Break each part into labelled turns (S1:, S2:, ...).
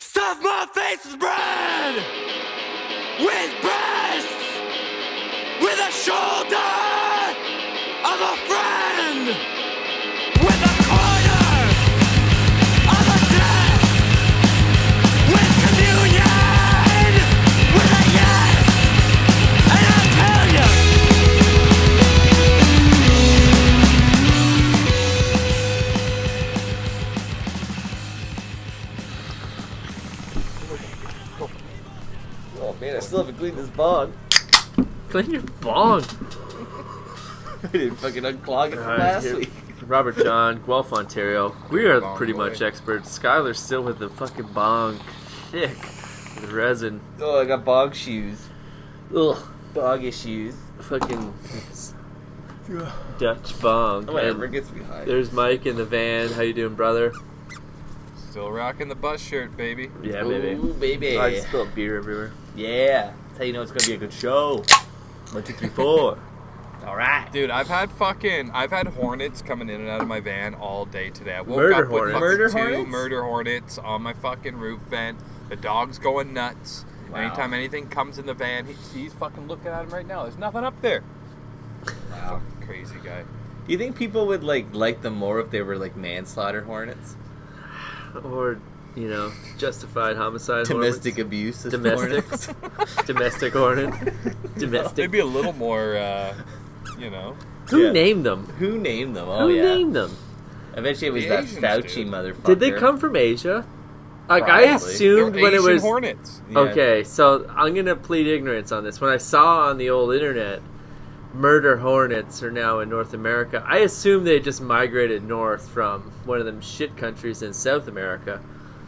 S1: Stuff my face with bread! With breasts! With a shoulder of a friend! With a corner of a desk! With communion! With a yes! And I'll tell you!
S2: Oh man, I still haven't cleaned this bong.
S3: Clean your bong.
S2: I didn't fucking unclog it from
S3: Alright,
S2: last
S3: here-
S2: week.
S3: Robert John, Guelph, Ontario. We are
S4: Bong
S3: pretty
S4: boy.
S3: much experts. Skylar's still with the fucking bong. Thick. With resin.
S2: Oh, I got bog shoes.
S3: Ugh.
S2: Bog issues.
S3: Fucking Dutch bong.
S2: Whatever
S3: And
S2: gets me high.
S3: There's Mike in the van. How you doing, brother?
S4: Still rocking the bus shirt, baby.
S3: Yeah, baby.
S2: Ooh, baby.
S3: I just spilled beer everywhere.
S2: Yeah. That's how you know it's gonna be a good show. One, two, three, four. All right.
S4: Dude, I've had fucking, I've had hornets coming in and out of my van all day today. I woke
S3: Murder
S4: up with
S3: hornets.
S4: fucking
S2: Murder
S4: two
S2: hornets?
S4: murder hornets on my fucking roof vent. The dog's going nuts.
S2: Wow.
S4: Anytime anything comes in the van, he, he's fucking looking at him right now. There's nothing up there.
S2: Wow.
S4: Crazy guy.
S2: You think people would like like them more if they were like manslaughter hornets,
S3: Or, you know, justified homicide.
S2: domestic abuse
S3: hornets. Domestic.
S2: hornets?
S3: Domestic hornet. Domestic.
S4: Maybe a little more, uh, you know.
S3: Who
S2: Yeah.
S3: named them?
S2: Who named them? Oh
S3: Who
S2: yeah.
S3: named them?
S2: Eventually, it was
S4: The
S2: that
S4: Asians,
S2: Fauci
S4: dude.
S2: motherfucker.
S3: Did they come from Asia? Like
S2: Probably.
S3: I assumed
S4: They're
S3: when it
S4: Asian
S3: was
S4: hornets.
S2: Yeah.
S3: Okay, so I'm gonna plead ignorance on this. When I saw on the old internet, murder hornets are now in North America. I assume they just migrated north from one of them shit countries in South America.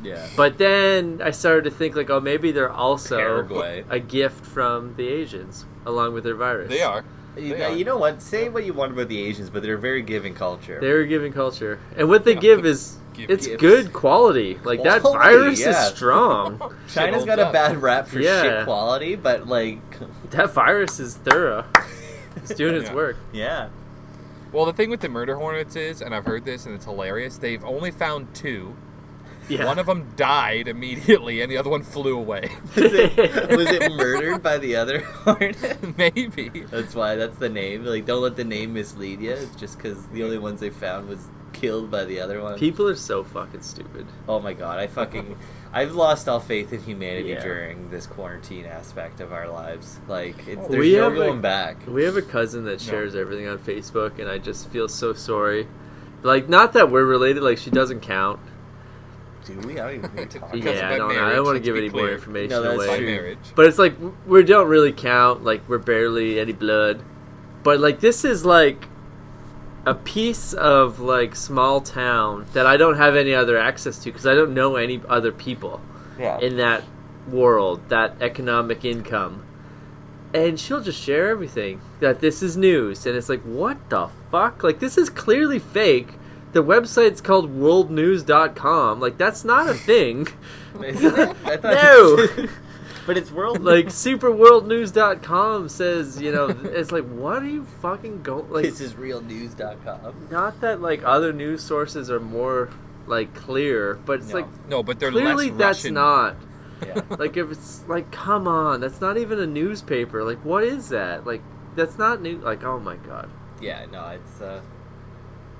S2: Yeah.
S3: But then I started to think like, oh, maybe they're also
S2: Paraguay.
S3: a gift from the Asians along with their virus.
S4: They are.
S2: You
S4: They
S2: know,
S4: are.
S2: you know what? Say what you want about the Asians, but they're a very giving culture.
S3: They're a giving culture, and what they
S4: Yeah,
S3: give
S4: but
S3: is
S4: give
S3: it's
S2: gifts.
S3: good quality. Like that
S2: Quality,
S3: virus
S2: yeah.
S3: is strong.
S2: China's
S4: Shit
S2: got
S4: holds
S2: a
S4: up.
S2: bad rap for
S3: Yeah.
S2: shit quality, but like,
S3: that virus is thorough. It's doing its
S4: Yeah.
S3: work.
S2: yeah,
S4: Well, the thing with the murder hornets is, and I've heard this and it's hilarious, they've only found two.
S3: Yeah.
S4: One of them died immediately, and the other one flew away.
S2: was it, was it murdered by the other hornet?
S4: Maybe.
S2: That's why that's the name. Like, don't let the name mislead you. It's just because the only ones they found was killed by the other one.
S3: People are so fucking stupid.
S2: Oh my god, I fucking, I've lost all faith in humanity
S3: Yeah.
S2: during this quarantine aspect of our lives. Like, it's, there's
S3: Oh, We
S2: no
S3: have a-
S2: going back.
S3: We have a cousin that shares everything on Facebook, and I just feel so sorry. Like, not that we're related. Like, she doesn't count.
S2: Do we? I don't even think we talk.
S4: Because of
S3: yeah, I
S4: that
S3: don't. know. I
S4: marriage,
S3: don't want to
S4: let's
S3: give
S4: be
S3: any more
S4: clear.
S3: information
S2: No, that's
S4: By
S2: true.
S3: away.
S4: marriage.
S3: But it's like we don't really count. Like, we're barely any blood. But like, this is like a piece of like small town that I don't have any other access to because I don't know any other people.
S2: Yeah.
S3: in that world, that economic income. And she'll just share everything that this is news. And it's like, what the fuck? Like, this is clearly fake. The website's called worldnews.com. Like, that's not a thing.
S2: Isn't it? I thought-
S3: No.
S2: but it's world.
S3: like, superworldnews.com says, you know, it's like, what are you fucking going? Like,
S2: this is realnews.com.
S3: not that, like, other news sources are more, like, clear, but it's
S2: No.
S3: like,
S4: No, but they're
S3: clearly
S4: less
S3: that's
S4: Russian.
S3: not.
S2: Yeah.
S3: like if it's like come on that's not even a newspaper like what is that like that's not new like oh my god
S2: Yeah, no, it's. Uh,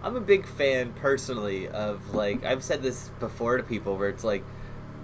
S2: I'm a big fan personally of like I've said this before to people where it's like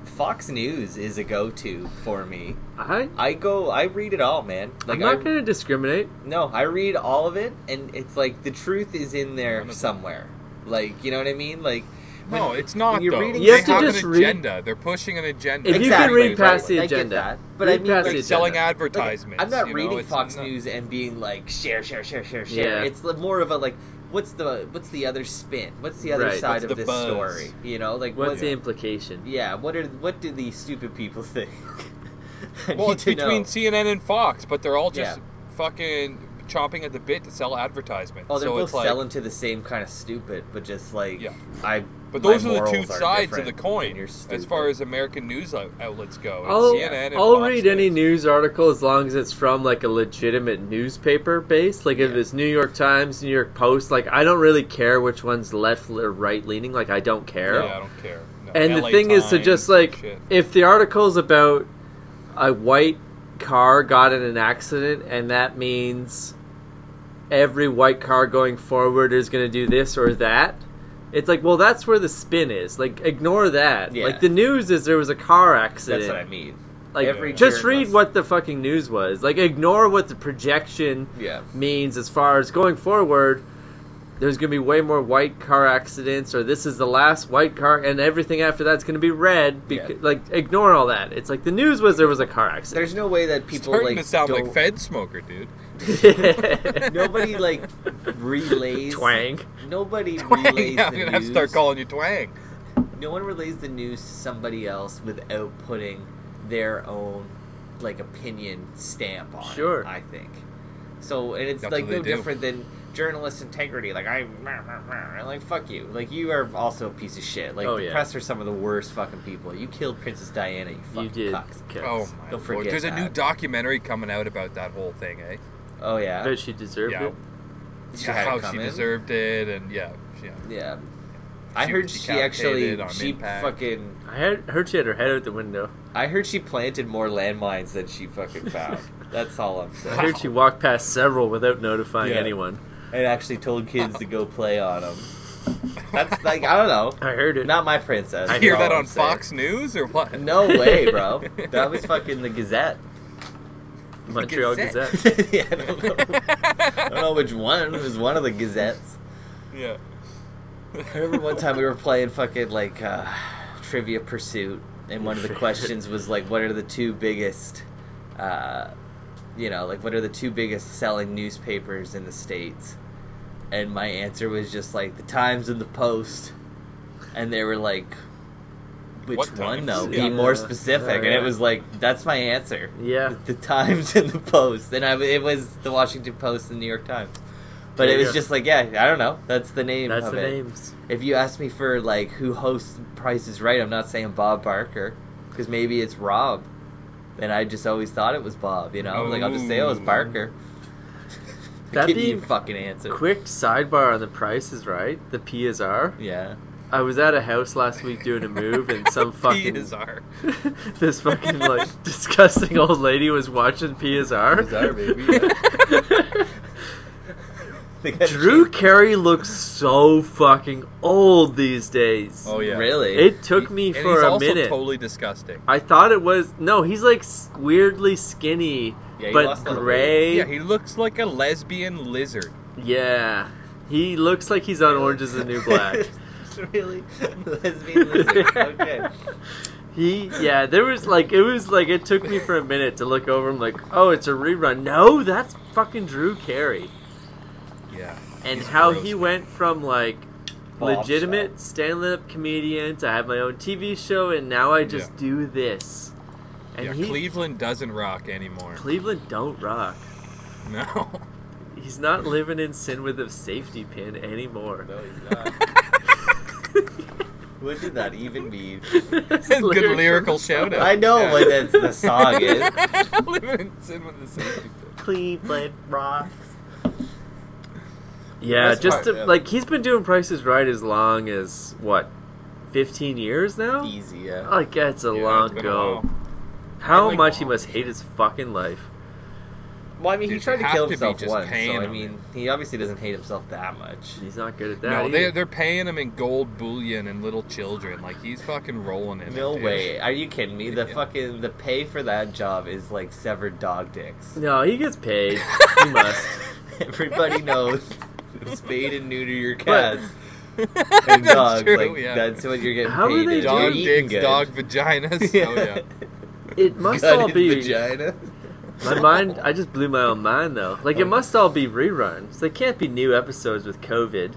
S2: Fox News is a go-to for me.
S3: i
S2: I go, I read it all, man. Like
S3: i'm not
S2: I,
S3: gonna discriminate
S2: no, I read all of it, and it's like the truth is in
S4: None
S2: there
S4: of it.
S2: somewhere. Like you know what I mean? Like
S4: No, it's not.
S2: when you're
S4: though.
S2: reading-
S4: they
S2: You have to
S4: an
S3: just read-
S4: agenda. They're pushing an agenda.
S3: If you can
S2: Exactly.
S3: read past the
S2: I get
S3: agenda.
S2: that, but
S3: Read
S2: I mean,
S3: past
S2: like,
S3: the
S4: They're selling
S3: agenda.
S2: Like,
S4: advertisments.
S2: I'm not
S4: you know,
S2: reading
S4: it's
S2: Fox
S4: not-
S2: News and being like share, share, share, share, share.
S3: Yeah.
S2: It's li- more of a like, what's the what's the other spin? What's the other
S3: Right.
S2: side
S4: What's
S2: of
S4: the
S2: this
S4: buzz?
S2: story? You know, like
S3: what's
S2: what-
S3: the implication
S2: yeah, what are what do these stupid people think? I
S4: Well,
S2: need
S4: it's
S2: to
S4: between
S2: know.
S4: CNN and Fox, but they're all just
S2: Yeah.
S4: fucking chomping at the bit to sell advertisements.
S2: Oh, they're
S4: so
S2: both
S4: it's like,
S2: selling to the same kind of stupid, but just like
S4: Yeah.
S2: I.
S4: But
S2: my
S4: those are the two
S2: morals
S4: sides of the
S2: different and
S4: coin
S2: you're
S4: as
S2: stupid.
S4: far as American news out- outlets go. and
S3: I'll,
S4: CNN and
S3: I'll
S4: Fox
S3: read any
S4: News.
S3: news article as long as it's from like a legitimate newspaper base. Like if it's New York Times, New York Post, like I don't really care which one's left or right leaning. Like I don't care.
S4: Yeah, I don't care. No,
S3: And the
S4: LA
S3: thing is to
S4: Times,
S3: just like
S4: shit.
S3: if the article's about a white car got in an accident and that means every white car going forward is going to do this or that it's like well that's where the spin is like ignore that
S2: Yeah.
S3: like the news is there was a car accident
S2: That's what I mean.
S3: like
S2: Every
S3: just
S2: journalist-
S3: read what the fucking news was like ignore what the projection
S2: Yeah.
S3: means as far as going forward there's going to be way more white car accidents or this is the last white car and everything after that's going to be red beca-
S2: Yeah.
S3: like ignore all that it's like the news was there was a car accident
S2: There's no way that people
S4: Starting
S2: like
S4: to sound
S2: don't,
S4: like Fed smoker, dude.
S2: nobody like relays
S3: twang
S2: Nobody
S4: Twang.
S2: relays
S4: I'm
S2: the
S4: gonna
S2: news.
S4: have to start calling you Twang.
S2: No one relays the news to somebody else without putting their own like opinion stamp on it.
S3: Sure.
S2: I think so, and it's
S4: That's
S2: like
S4: what they
S2: no
S4: do.
S2: different than journalist integrity. Like I, like fuck you. Like you are also a piece of shit. Like
S3: Oh,
S2: the
S3: yeah.
S2: press are some of the worst fucking people. You killed Princess Diana. You fucking
S3: you did
S2: cucks.
S3: cucks.
S4: Oh my
S2: Don't
S4: lord!
S2: forget
S4: There's a new
S2: that.
S4: documentary coming out about that whole thing, eh?
S2: Oh yeah.
S3: but she deserved
S4: Yeah.
S3: it
S2: She
S4: Yeah,
S2: had it
S4: how she
S2: coming.
S4: deserved it, and yeah, yeah.
S2: Yeah. I
S4: She
S2: heard
S4: was
S2: she actually
S4: decapitated on
S2: she
S4: impact.
S2: fucking
S3: i heard, heard she had her head out the window
S2: I heard she planted more landmines than she fucking found. That's all I'm
S3: i
S2: saying.
S3: heard she walked past several without notifying
S2: Yeah.
S3: anyone
S2: and actually told kids to go play on them. That's like I don't know.
S3: i heard it
S2: Not my princess.
S3: I
S2: is
S4: Hear
S2: all
S4: that
S2: I'm
S4: on
S2: saying.
S4: Fox News or what?
S2: No way, bro. That was fucking the Gazette.
S3: montreal
S4: Gazette.
S3: gazette
S2: yeah, I don't know. I don't know which one. It was one of the Gazettes.
S4: Yeah.
S2: I remember one time we were playing fucking like uh, trivia pursuit, and one of the questions was like, "What are the two biggest, uh, you know, like what are the two biggest selling newspapers in the states?" And my answer was just like the Times and the Post, and they were like, "Which
S4: What
S2: one
S4: Times?
S2: though?
S3: Yeah.
S2: Be more specific."
S3: Yeah,
S2: And
S3: yeah.
S2: it was like, "That's my answer."
S3: yeah
S2: The Times and the Post, and I, it was the Washington Post and the New York Times. But
S3: There
S2: it
S3: you
S2: was
S3: go.
S2: just like, yeah, I don't know. That's the name.
S3: that's
S2: of
S3: the
S2: it.
S3: names
S2: If you ask me for like who hosts Price is Right, I'm not saying Bob Barker because maybe it's Rob, and I just always thought it was Bob. You know, like I'll just say oh it's
S4: Ooh.
S2: Barker.
S3: That'd
S2: Give
S3: be
S2: me a fucking answer.
S3: quick sidebar on the price is right the psr
S2: Yeah.
S3: I was at a house last week doing a move, and some fucking
S4: PSR.
S3: this fucking like disgusting old lady was watching PSR.
S2: PSR, baby, They got
S3: Drew
S2: cheap-
S3: Carey looks so fucking old these days.
S4: Oh yeah.
S2: Really?
S3: It took me
S4: And
S3: for
S4: he's
S3: a
S4: also
S3: minute.
S4: Totally disgusting.
S3: I thought it was no. He's like s- weirdly skinny,
S2: Yeah, he
S3: but
S2: lost a lot of
S3: gray.
S4: Yeah, he looks like a lesbian lizard.
S3: Yeah. he looks like he's on Orange Is the New Black.
S2: really? Lesbian lizard. Okay.
S3: He yeah, there was like it was like it took me for a minute to look over. I'm like, oh, it's a rerun. No, that's fucking Drew Carey.
S4: Yeah.
S3: And
S4: He's
S3: how
S4: gross.
S3: he went from like
S2: Bombshell.
S3: legitimate stand-up comedian to have my own TV show, and now I just
S4: Yeah.
S3: do this. And
S4: Yeah,
S3: he
S4: Cleveland doesn't rock anymore.
S3: Cleveland don't rock.
S4: no.
S3: He's not living in sin with a safety pin anymore.
S2: No, he's not. what did that even mean?
S4: Good lyrical shout out.
S2: I know what that's the song is.
S4: Living in sin with the safety pin.
S3: Cleveland rocks. Yeah,
S2: That's
S3: just
S2: part-
S3: to,
S2: yeah.
S3: like he's been doing prices right as long as what, fifteen years now.
S2: Easy. Yeah.
S3: Like that's a
S4: Yeah, it's
S3: long
S4: been a
S3: go.
S4: while.
S3: How
S4: And, like, uh,
S3: much he must hate his fucking life.
S2: Well, I mean, he
S4: Dude,
S2: tried
S4: you
S2: to
S4: have
S2: kill
S4: to be
S2: himself
S4: just
S2: once, so
S4: paying
S2: I
S4: him.
S2: mean, he obviously doesn't hate himself that much.
S3: He's not good at that.
S4: No, they,
S3: either.
S4: they're paying him in gold bullion and little children. Like, he's fucking rolling in it.
S2: No
S4: dude.
S2: way. Are you kidding me? The
S4: Yeah.
S2: fucking the pay for that job is like severed dog dicks.
S3: No, he gets paid. he must.
S2: Everybody knows spade and neuter your
S3: But-
S2: cats and
S4: That's
S2: dogs.
S4: true,
S2: like
S4: yeah.
S2: that's what you're getting
S3: How are
S2: paid.
S3: they
S2: is.
S3: doing-
S2: You're
S4: Dog
S2: eating
S4: dicks,
S2: good.
S4: dog vaginas. Oh, yeah.
S3: It must
S2: Gut
S3: all
S2: and
S3: be
S2: vagina.
S3: my mind. I just blew my own mind though. Like
S4: Oh.
S3: it must all be reruns. They can't be new episodes with COVID.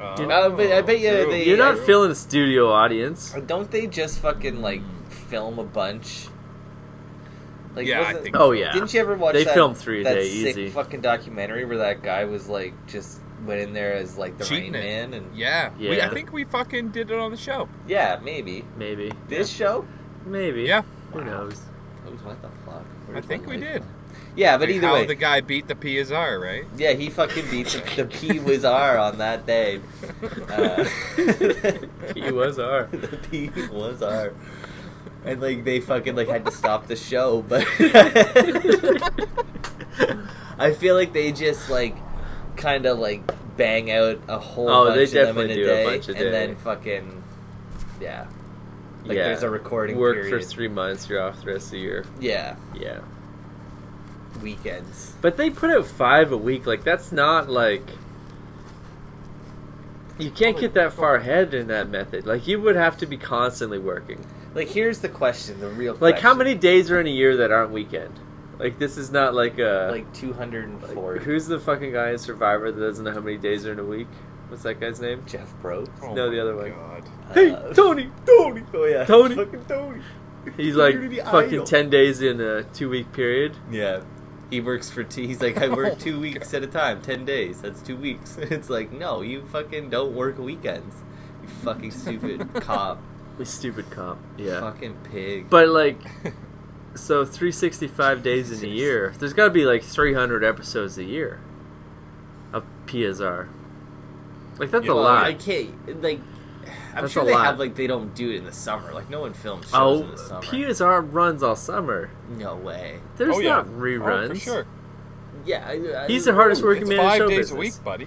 S2: Oh, but I bet you
S4: Uh, true.
S2: they-
S3: You're not
S2: Yeah.
S3: filling a studio audience.
S2: Don't they just fucking like film a bunch? Like,
S4: Yeah, I
S2: wasn't-
S4: think
S3: Oh yeah.
S2: Didn't you ever watch?
S3: They
S2: that,
S3: filmed three a
S2: that
S3: day,
S2: sick
S3: easy.
S2: Fucking documentary where that guy was like just went in there as like the
S4: Cheating
S2: Rain
S4: it.
S2: Man and
S4: Yeah. We, I
S3: Yeah.
S4: think we fucking did it on the show.
S2: yeah, maybe
S3: Maybe.
S2: this show.
S3: Maybe.
S4: Yeah.
S3: Who knows?
S2: Who's- What the fuck?
S4: I think we did.
S2: Yeah, but
S4: Like,
S2: either
S4: how
S2: way,
S4: the guy beat the PSR, right?
S2: yeah, he fucking beat the, the P was R on that day. Uh,
S3: He was our.
S2: the P was R. and like they fucking like had to stop the show, but I feel like they just like kind of like bang out a whole
S3: Oh,
S2: bunch
S3: they
S2: of them in a
S3: definitely do a
S2: day,
S3: bunch a day.
S2: and then fucking yeah, like
S3: Yeah.
S2: there's a recording
S3: Work
S2: period.
S3: for three months, you're off the rest of the year.
S2: yeah,
S3: Yeah.
S2: weekends.
S3: But they put out five a week. Like that's not like you can't get that far ahead in that method. Like you would have to be constantly working.
S2: Like here's the question, the real
S3: Like how
S2: question.
S3: many days are in a year that aren't weekend? Like this is not like a
S2: like two hundred and
S3: like,
S2: four.
S3: who's the fucking guy in Survivor that doesn't know how many days are in a week? What's that guy's name?
S2: Jeff Probst.
S4: Oh
S3: No, the
S4: my
S3: other way.
S4: God.
S3: Hey,
S2: Uh,
S3: Tony.
S2: Tony. Oh yeah,
S3: Tony.
S2: Fucking Tony.
S3: He's like
S2: Community idol.
S3: fucking ten days in a two week period.
S2: Yeah. He works for t- he's like I
S4: Oh,
S2: work two weeks at a time, ten days. That's two weeks. It's like no, you fucking don't work weekends. You fucking stupid cop,
S3: A stupid cop. Yeah.
S2: fucking pig.
S3: But like, so 365 days in a year, there's got to be like 300 episodes a year of PSR. Like that's
S4: Yeah.
S3: a
S2: Well,
S3: lot.
S2: Oh, I can't like. I'm
S3: That's
S2: sure
S3: a
S2: they
S3: lot.
S2: have like they don't do it in the summer. Like no one films shows
S3: oh,
S2: in the summer.
S3: PSR runs all summer.
S2: no way.
S3: There's
S4: oh, yeah.
S3: not reruns.
S4: Oh, for sure.
S2: Yeah, I, I-
S3: He's the hardest
S4: Ooh,
S3: working
S4: it's
S3: man in
S4: five
S3: show
S4: days
S3: business.
S4: a week, buddy.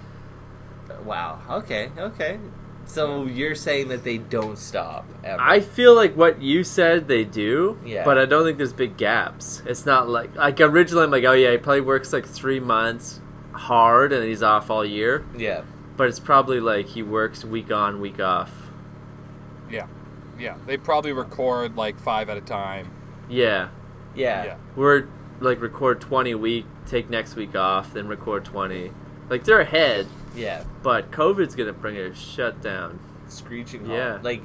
S2: Wow. Okay. Okay. So you're saying that they don't stop ever?
S3: I feel like what you said they do,
S2: Yeah.
S3: but I don't think there's big gaps. It's not like like originally I'm like, oh yeah, he probably works like three months hard and he's off all year.
S2: yeah.
S3: But it's probably like he works week on, week off.
S4: Yeah, yeah. They probably record like five at a time.
S3: Yeah.
S2: Yeah.
S4: Yeah.
S3: we're like record 20 a week take next week off then record 20 like they're ahead
S2: Yeah.
S3: but covid's gonna bring a shutdown
S2: screeching
S3: Yeah.
S2: halt. Like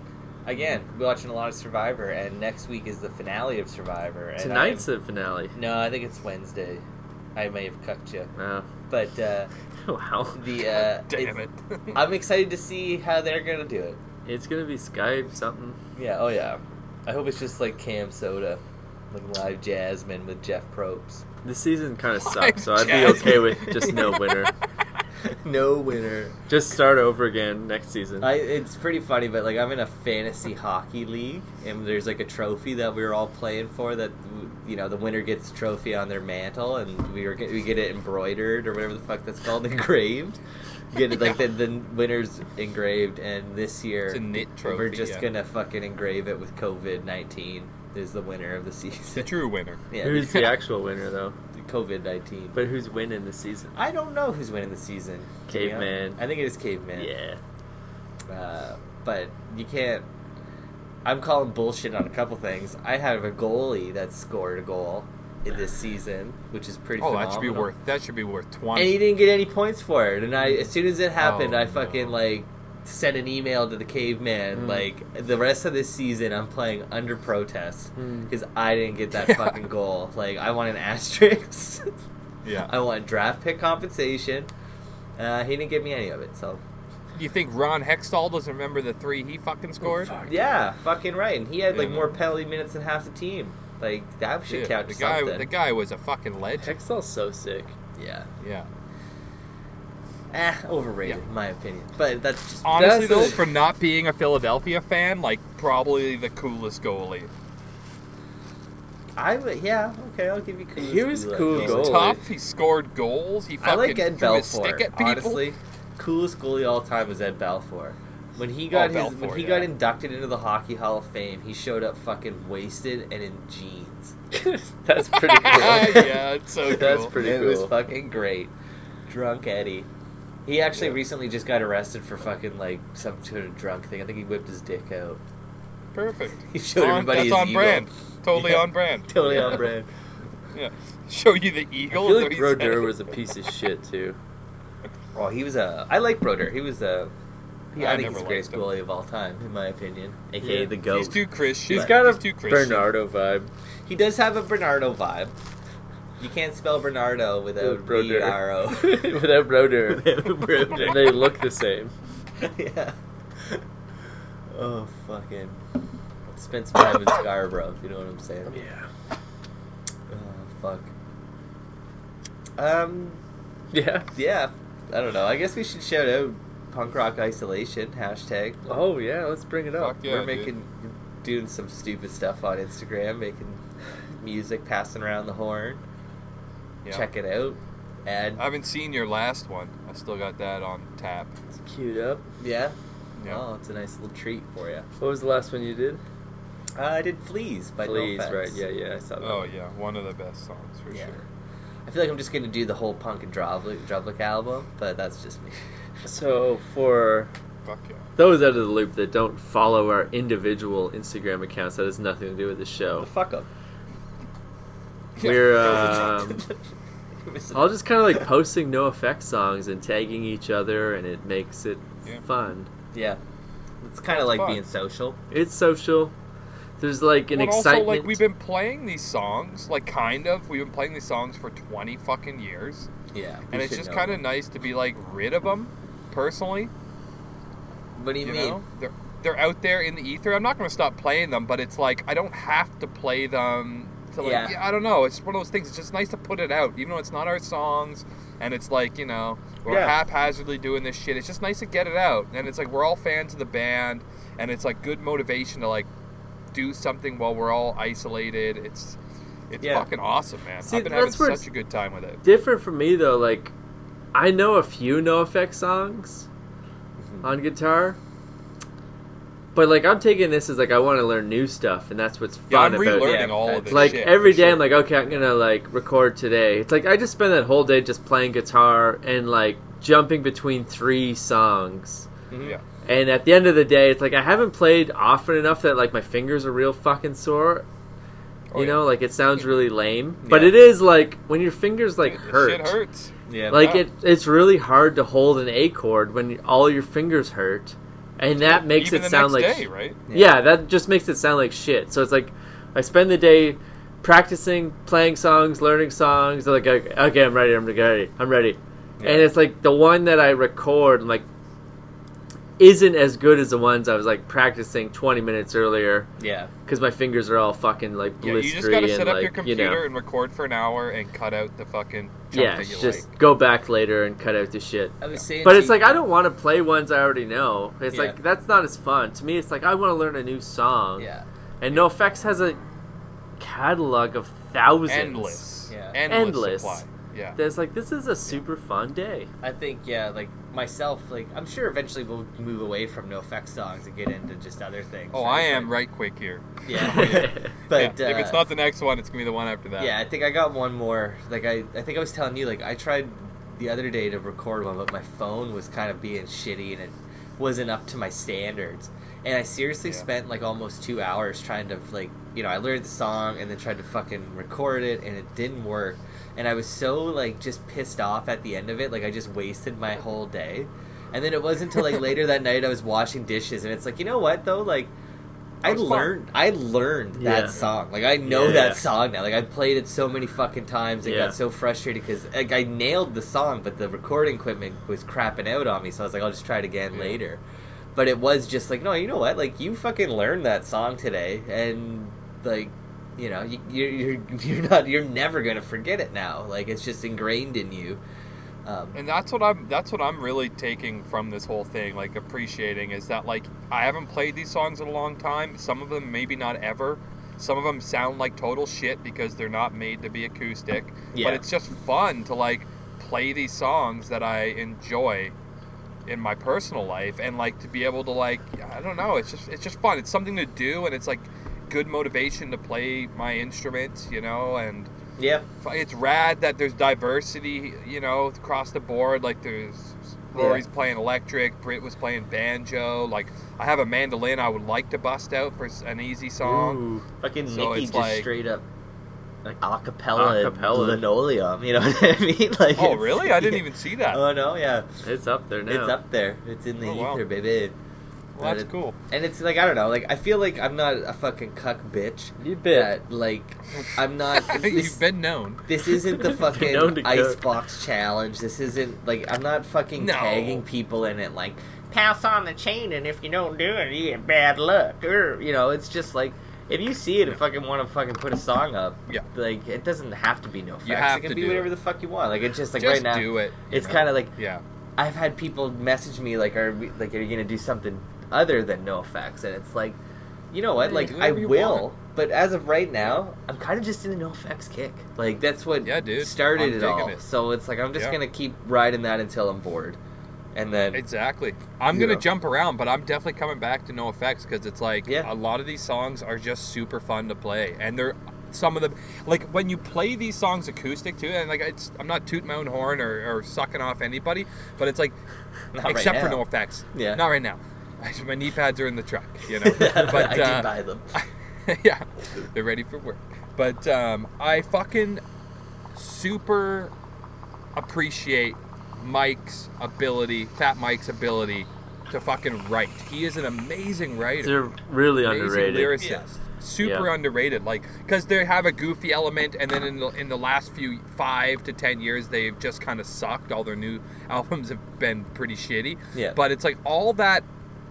S2: again, we're watching a lot of Survivor, and next week is the finale of Survivor. And
S3: tonight's
S2: I'm-
S3: the finale
S2: no, I think it's Wednesday. I may have cucked you,
S3: oh.
S2: but uh,
S3: wow
S2: the uh,
S4: Damn
S2: it's-
S4: it.
S2: I'm excited to see how they're gonna do it.
S3: it's gonna be skype something
S2: Yeah. Oh yeah. I hope it's just like Cam Soda, like live Jasmine with Jeff Probst.
S3: this season kind of
S4: Live
S3: sucks so i'd be
S4: chat.
S3: okay with just no winner
S2: no winner.
S3: just start over again next season
S2: I, it's pretty funny, but like I'm in a fantasy hockey league, and there's like a trophy that we were all playing for. That you know, the winner gets the trophy on their mantle, and we were get, we get it embroidered or whatever the fuck that's called, engraved. Get it like the, the winners engraved, and this year
S4: It's a knit
S2: we're
S4: trophy,
S2: just
S4: yeah.
S2: gonna fucking engrave it with COVID nineteen is the winner of the
S4: the
S2: season.
S4: true winner.
S2: Yeah,
S3: who's the actual winner though
S2: COVID nineteen. But
S3: but who's winning this season
S2: I don't know who's winning the season. to be honest.
S3: Caveman.
S2: I think it is caveman.
S3: yeah
S2: Uh, but you can't. I'm calling bullshit on a couple things. I have a goalie that scored a goal in this season, which is pretty.
S4: Oh,
S2: phenomenal.
S4: that should be worth. That should be worth
S2: And he
S4: twenty.
S2: didn't get any points for it. And I, as soon as it happened,
S4: Oh,
S2: I fucking
S4: no. Hmm.
S2: like sent an email to the caveman.
S3: Mm.
S2: Like the rest of this season, I'm playing under protest
S4: Hmm.
S3: Mm.
S2: because I didn't get that
S4: Yeah.
S2: fucking goal. Like I want an asterisk.
S4: Yeah.
S2: I want draft pick compensation. Uh, he didn't give me any of it, so
S4: You think Ron Hextall doesn't remember the three he
S2: Oh,
S4: fucking scored?
S2: Yeah, fucking right. And he had like
S4: Yeah.
S2: more penalty minutes than half the team. Like that should
S4: Dude,
S2: count
S4: the
S2: to
S4: guy.
S2: something.
S4: The guy was a fucking legend.
S3: hextall's so sick
S2: Yeah.
S4: Yeah.
S2: Eh, overrated in my opinion. But that's just
S4: Honestly,
S3: That's
S4: though,
S3: it.
S4: for not being a Philadelphia fan, like probably the coolest goalie.
S2: I would yeah, okay, I'll give you cool.
S3: He was cool
S4: He's
S3: Goalie.
S4: tough. He scored goals. He fucking
S2: I like Ed
S4: threw his stick
S2: Belfour.
S4: at people.
S2: Honestly, coolest goalie all time was Ed Belfour. When he got
S4: Oh,
S2: his
S4: Balfour,
S2: when he
S4: yeah.
S2: got inducted into the Hockey Hall of Fame, he showed up fucking wasted and in jeans.
S3: that's pretty cool
S4: yeah, it's so cool.
S3: That's pretty
S2: it
S3: cool.
S2: was fucking great. Drunk Eddie. He actually recently just got arrested for fucking like some sort of drunk thing. I think he whipped his dick out.
S4: perfect.
S2: He showed
S4: On-
S2: everybody
S4: that's
S2: his
S4: on
S2: eagle.
S4: brand. Totally
S2: Yeah.
S4: on brand.
S2: Totally on brand.
S4: Yeah. Show you the
S3: i
S4: eagle.
S3: feel like
S4: is what he said.
S3: Brodeur was a piece of shit too
S2: Oh, he was a. I like Broder. He was a. He, I,
S4: I
S2: think
S4: never
S2: he's the greatest
S4: liked him.
S2: goalie of all time, in my opinion. AKA
S3: Yeah.
S2: the goat.
S4: He's too Christian.
S3: he's got a
S4: he's too Christian.
S3: bernardo vibe
S2: he does have a Bernardo vibe. You can't spell Bernardo without
S3: Brodeur.
S2: B-R-O.
S3: without Broder.
S2: Without Broder.
S3: they look the same.
S2: yeah. Oh fucking. Spend some time in Scarborough, if you know what I'm saying.
S3: Yeah.
S2: Oh fuck. Um.
S3: Yeah.
S2: Yeah. I don't know. I guess we should shout out punk rock isolation hashtag.
S3: Oh yeah, let's bring it up.
S4: Fuck yeah,
S2: We're making doing some stupid stuff on Instagram, making music, passing around the horn.
S4: Yeah.
S2: Check it out. Add
S4: I haven't seen your last one. I still got that on tap.
S3: It's queued up.
S2: yeah.
S4: Yeah.
S2: Oh, it's a nice little treat for you.
S3: What was the last one you did?
S2: Uh, I did fleas by
S3: Please,
S2: NoFX.
S3: right? Yeah, yeah. I saw that.
S4: Oh yeah, one of the best songs for
S2: Yeah.
S4: sure.
S2: I feel like I'm just gonna do the whole punk and Drovlik, Drovlik album, but that's just me.
S3: So for
S4: Fuck yeah.
S3: those out of the loop that don't follow our individual Instagram accounts, that has nothing to do with the show.
S2: fuck up.
S3: We're um, all just kind of like posting no effect songs and tagging each other, and it makes it
S4: Yeah.
S3: fun.
S2: yeah. It's kind of like
S4: fun.
S2: being social.
S3: It's social. There's like an
S4: But
S3: excitement.
S4: also, like, we've been playing these songs, like, kind of. We've been playing these songs for 20 fucking years.
S2: Yeah. we
S4: and it's
S2: should
S4: just
S2: know
S4: kind of
S2: them.
S4: nice to be, like, rid of them, personally.
S2: What do you,
S4: You
S2: mean?
S4: know? They're, they're out there in the ether. I'm not going to stop playing them, but it's like, I don't have to play them to, like,
S2: Yeah.
S4: yeah. I don't know. It's one of those things. It's just nice to put it out, even though it's not our songs. And it's like, you know, we're
S3: Yeah.
S4: haphazardly doing this shit. It's just nice to get it out. And it's like, we're all fans of the band. And it's like good motivation to, like, do something while we're all isolated. It's it's
S2: Yeah.
S4: fucking awesome, man.
S3: See,
S4: I've been having
S3: that's where it's-
S4: such a good time with it.
S3: different for me though like i know a few no effect songs
S4: Mm-hmm.
S3: on guitar but like i'm taking this as like i want to learn new stuff and that's what's fun
S4: Yeah, I'm
S3: about
S4: relearning
S2: yeah,
S4: all of
S2: that's-
S4: this.
S3: like
S4: shit,
S3: every
S4: for
S3: day i'm
S4: sure.
S3: like okay i'm gonna like record today it's like i just spend that whole day just playing guitar and like jumping between three songs
S2: Mm-hmm.
S4: yeah,
S3: and at the end of the day it's like i haven't played often enough that like my fingers are real fucking sore
S4: Oh,
S3: you
S4: yeah.
S3: know like it sounds really lame but
S2: Yeah.
S3: it is like when your fingers like
S4: This
S3: hurt
S4: shit hurts.
S2: Yeah.
S3: like
S4: Yeah.
S3: it, it's really hard to hold an A chord when all your fingers hurt, and that makes
S4: Even
S3: it
S4: the
S3: sound
S4: next
S3: like
S4: day,
S3: sh-
S4: right?
S3: yeah, that just makes it sound like shit. So it's like I spend the day practicing, playing songs, learning songs. Like okay, okay, I'm ready, I'm ready, I'm ready, and it's like the one that I record, I'm like isn't as good as the ones I was like practicing 20 minutes earlier
S2: yeah.
S3: because my fingers are all fucking like
S4: Yeah,
S3: blistery
S4: you just gotta
S3: and
S4: set up
S3: like
S4: your
S3: you
S4: computer
S3: know
S4: and record for an hour and cut out the fucking junk
S3: yeah,
S4: that you
S3: just
S4: like.
S3: go back later and cut out the shit.
S2: I was saying
S3: But
S2: to
S3: it's
S2: you-
S3: like I don't want to play ones I already know. It's
S2: Yeah.
S3: like that's not as fun to me. It's like I want to learn a new song.
S2: Yeah.
S3: And NoFX has a catalog of thousands.
S4: Endless,
S2: Yeah.
S4: endless,
S3: Endless.
S4: supply. Yeah,
S3: That's like this is a super fun day.
S2: I think yeah, like myself, like I'm sure eventually we'll move away from no effect songs and get into just other things.
S4: Oh, I
S2: right?
S4: am right quick here.
S2: But- Yeah, but
S4: Yeah, if it's
S2: uh,
S4: not the next one, it's gonna be the one after that.
S2: yeah, I think I got one more. Like I, I think I was telling you, like I tried the other day to record one, but my phone was kind of being shitty and it wasn't up to my standards. And I seriously
S4: Yeah.
S2: spent like almost two hours trying to like, you know, I learned the song and then tried to fucking record it, and it didn't work. And I was so like just pissed off at the end of it, like I just wasted my whole day. And then it wasn't until like later that night I was washing dishes, and it's like, you know what though, like. I
S4: That was fun.
S2: learned. I learned
S3: Yeah.
S2: that song. Like I know
S3: Yeah.
S2: that song now. Like I played it so many fucking times and
S3: Yeah.
S2: got so frustrated because like I nailed the song, but the recording equipment was crapping out on me. So I was like, I'll just try it again
S4: Yeah.
S2: later. But it was just like, no, you know what? Like you fucking learned that song today, and like, you know, you, you're you're you're not you're never gonna forget it now. Like it's just ingrained in you. Um,
S4: and that's what I'm that's what I'm really taking from this whole thing, like appreciating is that like I haven't played these songs in a long time. Some of them maybe not ever. Some of them sound like total shit because they're not made to be acoustic.
S2: Yeah.
S4: But it's just fun to like play these songs that I enjoy in my personal life and like to be able to like I don't know, it's just it's just fun. It's something to do and it's like good motivation to play my instruments, you know, and
S2: yeah,
S4: fu- it's rad that there's diversity, you know, across the board. Like there's
S2: Yeah.
S4: Rory's playing electric, Britt was playing banjo. Like I have a mandolin I would like to bust out for s- an easy song.
S3: Ooh.
S2: fucking
S4: So
S2: Nikki
S4: it's
S2: just
S4: like-
S2: straight up. Like acapella,
S3: Acapella.
S2: acapella. linoleum, you know what I mean? Like,
S4: Oh
S2: it's-
S4: really? I didn't
S2: yeah.
S4: even see that.
S2: Oh no, yeah,
S3: It's up there now.
S2: it's up there. It's in the
S4: Oh, wow.
S2: ether, baby.
S4: well, that's
S2: but it-
S4: cool.
S2: And it's like I don't know. Like I feel like I'm not a fucking cuck bitch.
S3: You bit.
S2: That, like I'm not.
S4: You've
S2: This,
S4: been known.
S2: this isn't the
S3: known to
S2: fucking
S3: cook.
S2: icebox challenge. This isn't like I'm not fucking
S4: No.
S2: tagging people in it. Like pass on the chain, and if you don't do it, you get bad luck. Or you know, it's just like. If you see it and fucking want to fucking put a song up,
S4: Yeah.
S2: like it doesn't have to be no facts.
S4: have
S2: it can
S4: to
S2: be
S4: do
S2: whatever
S4: it.
S2: the fuck you want. Like it's just like
S4: Just
S2: right now,
S4: do it. you
S2: it's
S4: know?
S2: kind of like
S4: yeah.
S2: I've had people message me like, "Are we, like, are you gonna do something other than no effects?" And it's like, you know what?
S4: Yeah,
S2: Like
S4: do
S2: I
S4: whatever you
S2: will,
S4: want.
S2: but as of right now, I'm kind of just in a NoFX kick. Like that's what
S4: Yeah, dude. I'm
S2: started it
S4: digging
S2: all.
S4: it.
S2: So it's like I'm just
S4: Yeah.
S2: gonna keep riding that until I'm bored, and then
S4: Exactly. I'm
S2: You
S4: gonna
S2: know.
S4: jump around, but I'm definitely coming back to No Effects because it's like
S2: Yeah.
S4: a lot of these songs are just super fun to play, and they're some of them like when you play these songs acoustic too, and like it's I'm not tooting my own horn or, or sucking off anybody, but it's like
S2: Not right
S4: except for
S2: now.
S4: No Effects,
S2: Yeah.
S4: not right now. My knee pads are in the truck, you know. But
S2: I
S4: uh,
S2: did buy them.
S4: yeah, they're ready for work. But um, I fucking super appreciate Mike's ability, Fat Mike's ability to fucking write. He is an amazing writer,
S3: They're really
S4: amazing
S3: underrated.
S4: lyricist. Super
S3: Yeah.
S4: underrated, like because they have a goofy element, and then in the, in the last few five to ten years, they've just kind of sucked. All their new albums have been pretty shitty.
S2: Yeah.
S4: But it's like all that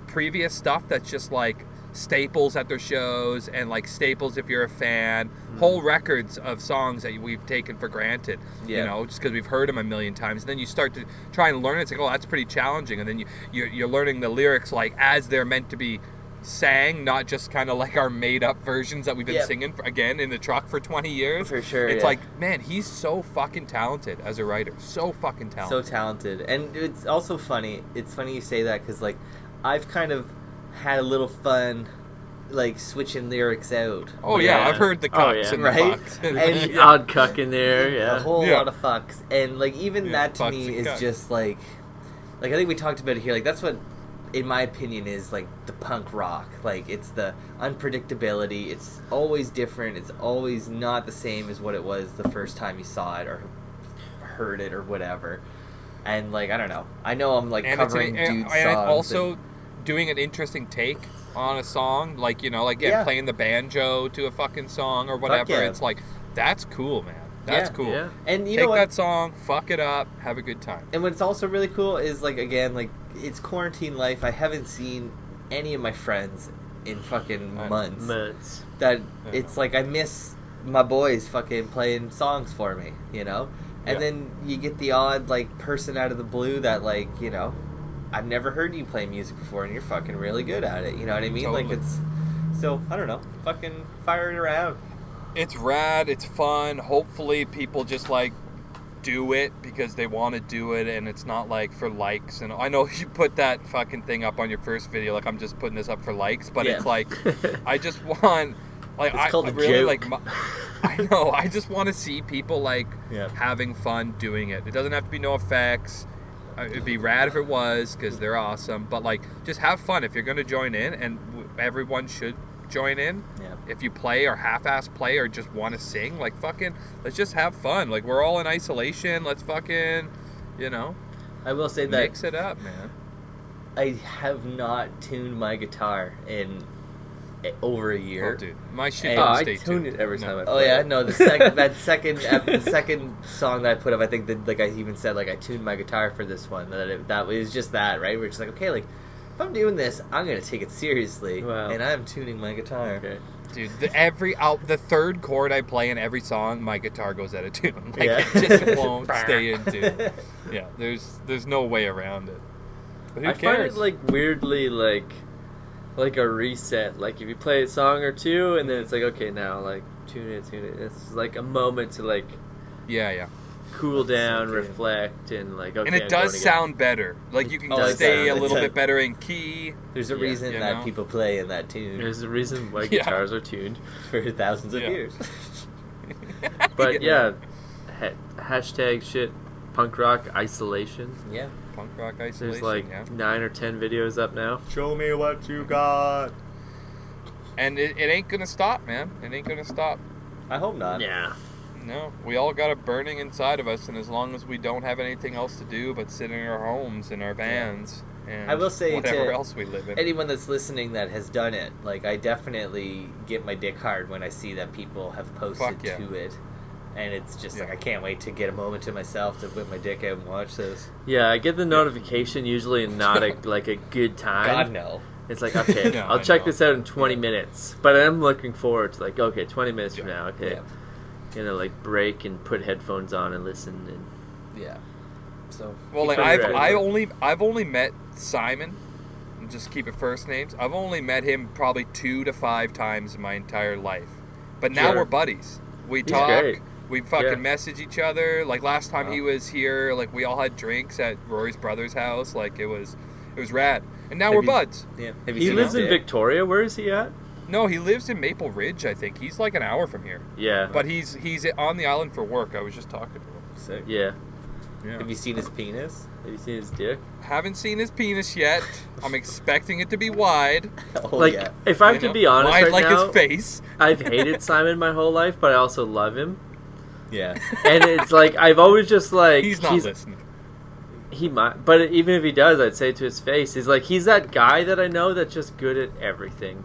S4: previous stuff that's just like staples at their shows and like staples if you're a fan,
S2: Mm.
S4: whole records of songs that we've taken for granted.
S2: Yeah.
S4: You know, just because we've heard them a million times. And then you start to try and learn it. It's like, oh, that's pretty challenging. And then you you're, you're learning the lyrics like as they're meant to be sang not just kind of like our made up versions that we've been
S2: Yeah.
S4: singing for, again in the truck for 20 years
S2: For sure,
S4: it's
S2: yeah.
S4: like man he's so fucking talented as a writer so fucking
S2: so
S4: talented
S2: talented and it's also funny it's funny you say that because like i've kind of had a little fun like switching lyrics out
S4: oh yeah,
S3: Yeah.
S4: i've heard the
S3: Oh,
S4: cucks
S3: yeah.
S4: and
S2: Right?
S4: the fucks
S2: And-
S3: The Odd cuck in there,
S2: a
S3: yeah.
S2: whole
S4: Yeah.
S2: lot of fucks and like even
S4: Yeah,
S2: that to
S4: fucks
S2: me
S4: and
S2: is
S4: cucks.
S2: just like like i think we talked about it here like that's what in my opinion is like the punk rock like it's the unpredictability it's always different it's always not the same as what it was the first time you saw it or heard it or whatever and like i don't know i know i'm like
S4: and it's,
S2: covering
S4: an, and,
S2: dudes
S4: and it's
S2: songs
S4: also doing an interesting take on a song like you know like yeah,
S2: Yeah.
S4: playing the banjo to a fucking song or whatever
S2: yeah.
S4: it's like that's cool man that's
S2: Yeah.
S4: cool
S3: Yeah.
S2: and you
S4: take
S2: know what
S4: that song fuck it up have a good time
S2: And what's also really cool is like again, like it's quarantine life. I haven't seen any of my friends in fucking
S4: I know.
S2: months.
S3: Mutts.
S2: That
S4: I
S2: it's like I miss my boys fucking playing songs for me, you know? And
S4: Yeah.
S2: then you get the odd like person out of the blue that like, you know, I've never heard you play music before and you're fucking really good at it. You know what I mean? Like
S4: Totally.
S2: it's so I don't know, fucking fire it around.
S4: it's rad it's fun hopefully people just like do it because they want to do it and it's not like for likes and i know you put that fucking thing up on your first video like i'm just putting this up for likes but it's
S2: Yeah.
S4: like i just want like
S2: It's
S4: i,
S2: called a
S4: I really
S2: joke.
S4: like my, i know i just want to see people like
S2: Yeah.
S4: having fun doing it it doesn't have to be no effects Uh, it'd be rad if it was because they're awesome but like just have fun if you're going to join in and w- everyone should join in
S2: Yeah.
S4: if you play or half-ass play or just want to sing like fucking let's just have fun like we're all in isolation let's fucking you know
S2: I will say that
S4: mix it up man
S2: I have not tuned my guitar in eh, over a year.
S4: oh, dude my
S2: Hey,
S4: shit
S2: Oh,
S4: don't
S2: I
S4: stay tuned No.
S2: Oh yeah, no. The second that second ep- the second song that I put up, I think that like I even said like I tuned my guitar for this one. That it, that was just that right. We're just like okay, like if I'm doing this, I'm gonna take it seriously,
S3: Wow.
S2: and I'm tuning my guitar.
S3: Okay.
S4: dude the, every out the third chord i play in every song my guitar goes out of tune like
S2: Yeah.
S4: it just won't stay in tune yeah there's there's no way around it but who
S3: I
S4: cares
S3: find it like weirdly like like a reset. Like if you play a song or two and then it's like, okay now like tune it, tune it. It's like a moment to like
S4: yeah yeah
S3: cool down,
S2: good.
S3: reflect and like okay.
S4: and it
S3: I'm
S4: does
S3: going again.
S4: sound better like you can
S2: Oh, it
S4: stay
S2: does.
S4: a
S2: It
S4: little
S2: does.
S4: bit better in key
S2: There's a
S3: Yeah,
S2: reason
S4: you
S2: that
S4: know?
S2: people play in that tune
S3: There's a reason why
S4: Yeah.
S3: guitars are tuned.
S2: for thousands of
S4: Yeah.
S2: years.
S3: But yeah, ha- hashtag shit punk rock isolation.
S2: yeah.
S4: punk rock isolation
S3: There's like
S4: yeah
S3: nine or ten videos up now.
S2: Show me what you got.
S4: and it, it ain't gonna stop, man. It ain't gonna stop.
S2: I hope
S4: Uh,
S2: not.
S3: Yeah.
S4: No, we all got a burning inside of us, and as long as we don't have anything else to do but sit in our homes in our vans and
S2: I will say
S4: whatever
S2: to
S4: else we live in.
S2: anyone that's listening that has done it, like I definitely get my dick hard when I see that people have posted
S4: Fuck yeah.
S2: to it, and it's just like
S4: Yeah.
S2: I can't wait to get a moment to myself to whip my dick out and watch this.
S3: Yeah, I get the notification usually and not a, like a good time.
S2: God no,
S3: It's like okay,
S4: No,
S3: I'll
S4: I
S3: check
S4: know.
S3: this out in 20 minutes. But I'm looking forward to like okay, 20 minutes from
S4: Yeah.
S3: now. Okay,
S2: Yeah.
S3: gonna like break and put headphones on and listen. And
S2: yeah. So
S4: well, like
S3: Keep
S4: I've
S3: it
S4: I
S3: right.
S4: only I've only met Simon, just keep it first names. I've only met him probably two to five times in my entire life, but now
S3: Sure.
S4: we're buddies. We
S3: He's
S4: talk.
S3: great.
S4: We fucking
S3: Yeah.
S4: message each other. Like last time he
S2: Wow.
S4: was here, like we all had drinks at Rory's brother's house. Like it was, it was rad. And now
S2: Have
S4: we're
S2: you-
S4: buds.
S2: Yeah. Have you
S3: He
S2: seen
S3: lives
S2: his
S3: in
S2: dick?
S3: Victoria. Where is he at?
S4: No, he lives in Maple Ridge. I think he's like an hour from here,
S3: Yeah.
S4: but he's he's on the island for work. I was just talking to
S2: Sick.
S3: yeah.
S4: him.
S2: Have you seen his penis?
S3: Have you seen his dick?
S4: Haven't seen his penis yet. I'm expecting it to be wide.
S2: Oh
S3: like,
S2: yeah.
S3: if I
S4: You
S3: have to
S4: know,
S3: be honest
S4: wide
S3: right
S4: like
S3: now,
S4: his face.
S3: I've hated Simon my whole life, but I also love him.
S2: Yeah.
S3: And it's like I've always just like
S4: He's not listening.
S3: he might, but even if he does, I'd say to his face, he's like he's that guy that I know that's just good at everything.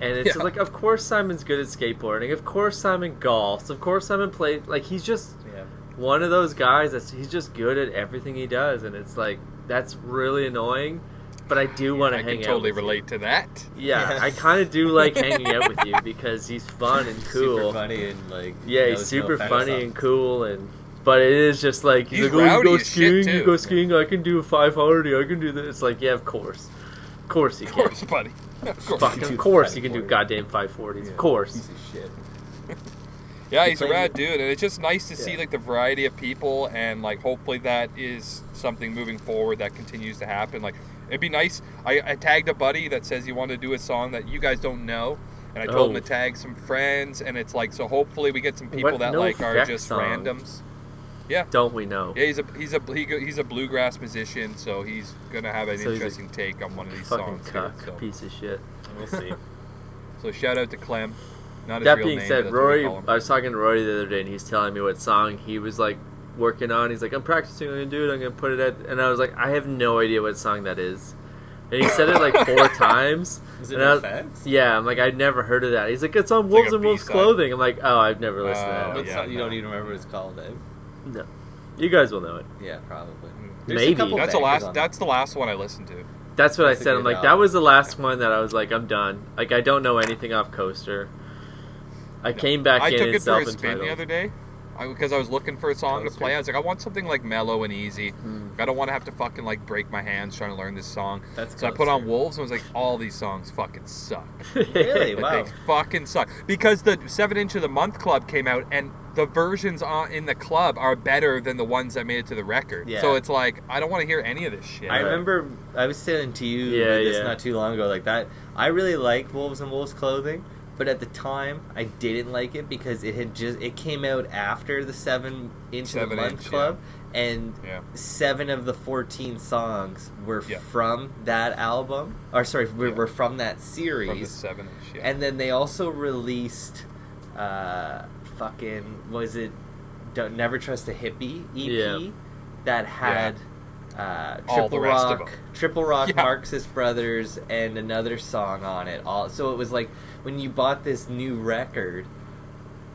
S3: And it's just
S4: Yeah.
S3: like, of course Simon's good at skateboarding. Of course Simon golfs. Of course Simon plays. Like he's just
S2: yeah.
S3: one of those guys that's he's just good at everything he does, and it's like that's really annoying. But I do want to
S4: I
S3: hang
S4: can
S3: out.
S4: totally
S3: with you.
S4: relate to that.
S3: Yeah,
S2: Yeah.
S3: I kind of do like hanging out with you because he's fun and cool.
S2: Super funny and like.
S3: Yeah, he's
S2: knows
S3: super
S2: no
S3: funny
S2: offense.
S3: and cool, and but it is just like he's, like,
S4: He's
S3: oh, you
S4: rowdy
S3: go
S4: as shit,
S3: skiing, you
S4: too."
S3: go skiing. I can do five hundred. I can do this. It's like, yeah, of course, of course he
S4: Of
S3: can.
S4: course, buddy. Of course.
S3: Fuck,
S2: can
S3: of
S2: do
S3: course you can do
S2: 540.
S3: goddamn five forties. Of
S2: Yeah,
S3: course,
S2: Piece of shit.
S4: Yeah,
S2: He
S4: he's a
S2: played
S4: rad
S2: it.
S4: dude, and it's just nice to see
S2: Yeah.
S4: like the variety of people, and like hopefully that is something moving forward that continues to happen. Like it'd be nice. I, I tagged a buddy that says he wanted to do a song that you guys don't know, and I told
S3: Oh.
S4: him to tag some friends, and it's like so hopefully we get some people
S3: What
S4: that
S3: No
S4: like are
S3: Effect
S4: just
S3: song?
S4: randoms.
S3: don't we know?
S4: Yeah, he's a he's a he, go- he's a bluegrass musician, so he's gonna have an
S3: So he's a
S4: interesting take on one of these
S3: Fucking
S4: songs. here,
S3: cuck,
S4: so.
S3: piece of shit.
S2: We'll see.
S4: So shout out to Clem. Not his
S3: that
S4: real
S3: being
S4: name,
S3: said,
S4: but that's what we
S3: Rory,
S4: call him.
S3: I was talking to Rory the other day, and he's telling me what song he was like working on. He's like, "I'm practicing. I'm gonna do it. I'm gonna put it at." And I was like, "I have no idea what song that is." And he said it like four times.
S2: Is it
S3: and I
S2: an
S3: was-
S2: offense?
S3: Yeah, I'm like, I've never heard of that. He's like, it's on
S4: like
S3: Wolves
S4: a
S3: and Wolves
S4: B-side.
S3: clothing. I'm like, oh, I've never listened
S4: Oh,
S3: to
S2: What's
S3: that.
S4: yeah,
S2: not- you
S4: no.
S2: don't even remember what it's called, Dave.
S3: No, you guys will know it.
S2: Yeah, probably.
S4: Mm.
S2: There's a
S3: Maybe.
S2: couple
S4: That's the
S2: bangers
S4: last.
S2: on
S4: That's the last one I listened to.
S3: That's what
S2: That's
S3: I
S2: a
S3: said.
S2: good
S3: I'm like, that
S2: album.
S3: was the last one that I was like, I'm done. Like, I don't know anything off Coaster. I came back
S4: I
S3: in
S4: took
S3: and
S4: it for a spin the
S3: self-entitled.
S4: other day, because I, was looking for a song to
S3: Sounds
S4: play.
S3: good.
S4: I was like, I want something like mellow and easy.
S3: Hmm.
S4: I don't want to have to fucking like break my hands trying to learn this song.
S2: That's
S4: so I put on
S2: closer.
S4: Wolves and was like, all these songs fucking suck.
S2: Really?
S4: Like,
S2: Wow.
S4: They fucking suck because the seven inch of the month club came out and. The versions on, in the club are better than the ones that made it to the record.
S2: Yeah.
S4: So it's like I don't want to hear any of this shit.
S2: I remember I was saying to you
S3: Yeah,
S2: this
S3: yeah.
S2: not too long ago, like that. I really liked Wolves and Wolves clothing, but at the time I didn't like it because it had just it came out after the seven inch of the
S4: Seven
S2: month
S4: Inch, yeah.
S2: club, and
S4: Yeah.
S2: seven of the fourteen songs were
S4: Yeah.
S2: from that album, or sorry, were,
S4: Yeah.
S2: were from that series.
S4: From the seven inch. Yeah.
S2: And then they also released, uh, fucking was it, Don't Never Trust a Hippie EP
S3: Yeah.
S2: that had uh, Triple
S4: All the rest of
S2: Rock,
S4: 'em.
S2: Triple Rock,
S4: Yeah.
S2: Marxist Brothers, and another song on it. All so it was like when you bought this new record,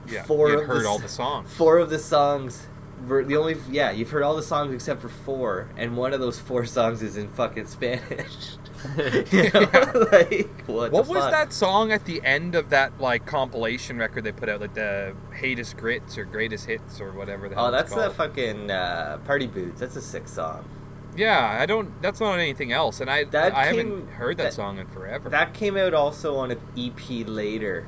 S4: yeah.
S2: four
S4: you had
S2: of the
S4: heard
S2: s-
S4: all the songs.
S2: four of the songs. were The only yeah, you've heard all the songs except for four, and one of those four songs is in fucking Spanish. You know, like, what the
S4: What was
S2: fuck?
S4: that song at the end of that like compilation record they put out, like the "Hatest Grits" or "Greatest Hits" or whatever the hell?
S2: Oh, that's
S4: it's
S2: the
S4: called.
S2: fucking uh, party boots. That's a sick song.
S4: yeah, I don't. That's not on anything else, and I
S2: That
S4: I
S2: came-
S4: haven't heard that,
S2: that-
S4: song in forever.
S2: That came out also on an EP later.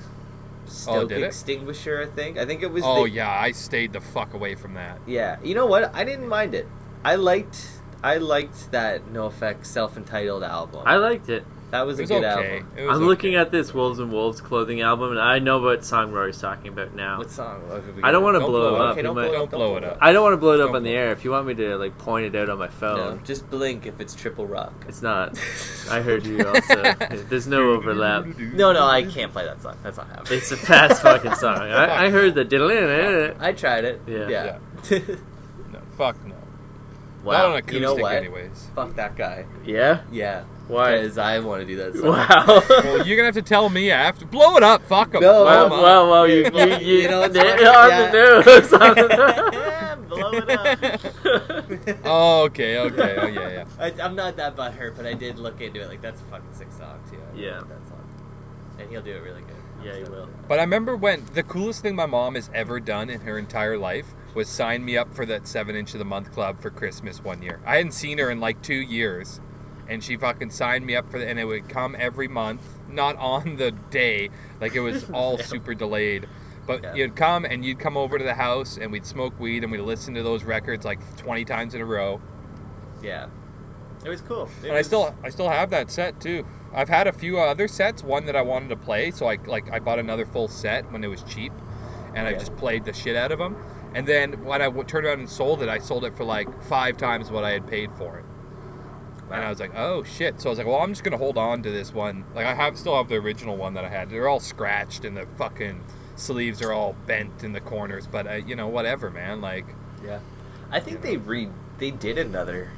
S2: Stoke
S4: Oh, did it?
S2: Extinguisher, I think. I think it was.
S4: oh
S2: the,
S4: yeah, I stayed the fuck away from that.
S2: Yeah. You know what? I didn't mind it. I liked. I liked that No Effect self-entitled album.
S3: I liked it.
S2: that was,
S4: It was
S2: a good
S4: okay.
S2: album.
S4: It
S3: I'm
S4: was
S3: looking
S4: okay.
S3: at this Wolves and Wolves clothing album, and I know what song Rory's talking about now.
S2: What song? What have we
S3: I don't
S2: got?
S3: wanna
S4: Don't
S3: blow
S4: blow
S3: it
S4: it
S3: up.
S4: up.
S2: Okay,
S3: He
S2: don't
S3: might-
S2: blow,
S4: Don't blow it up.
S3: I don't want to blow it up
S4: Don't
S3: on the
S4: blow-
S3: air. If you want me to like point it out on my phone,
S2: No, just blink if it's Triple Rock.
S3: it's not. I heard you also. There's no overlap.
S2: No, no, I can't play that song. That's not happening.
S3: It's a fast fucking song. I, I heard the diddle in it.
S2: I tried it.
S3: Yeah.
S2: Yeah.
S4: No, fuck no. Not on
S3: Wow.
S4: acoustic,
S2: You know what?
S4: anyways.
S2: Fuck that guy.
S3: Yeah.
S2: Yeah.
S3: Why?
S2: Because I want to do that song.
S3: Wow.
S4: Well, you're gonna have to tell me after. Blow it up. Fuck 'em.
S2: No,
S4: Blow 'em
S3: Wow,
S2: Well,
S4: up.
S3: wow, wow, you, you,
S2: well,
S3: you,
S2: you know, it's
S3: they're on
S2: not-
S3: the nose, on the
S2: Blow it up.
S4: Oh, okay, okay, oh yeah, yeah.
S2: I, I'm not that butthurt, but I did look into it. Like that's a fucking sick song too. I love
S3: Yeah.
S2: that song. And he'll do it really good.
S3: Yeah, he
S2: So-
S3: will.
S4: But I remember when the coolest thing my mom has ever done in her entire life was sign me up for that seven inch of the month club for Christmas one year. I hadn't seen her in like two years, and she fucking signed me up for the, and it would come every month, not on the day, like it was all super delayed. But
S2: Yeah.
S4: you'd come and you'd come over to the house and we'd smoke weed and we'd listen to those records like 20 times in a row.
S2: Yeah. It was cool. It
S4: And I
S2: was-
S4: still I still have that set too. I've had a few other sets. One that I wanted to play, so I like I bought another full set when it was cheap, and I
S2: Yeah.
S4: just played the shit out of them. And then when I w- turned around and sold it, I sold it for like five times what I had paid for it. And I was like, oh shit. So I was like, well, I'm just gonna hold on to this one. Like I have still have the original one that I had. They're all scratched and the fucking sleeves are all bent in the corners. But uh, you know, whatever, man. Like
S2: Yeah. I think they re they did another.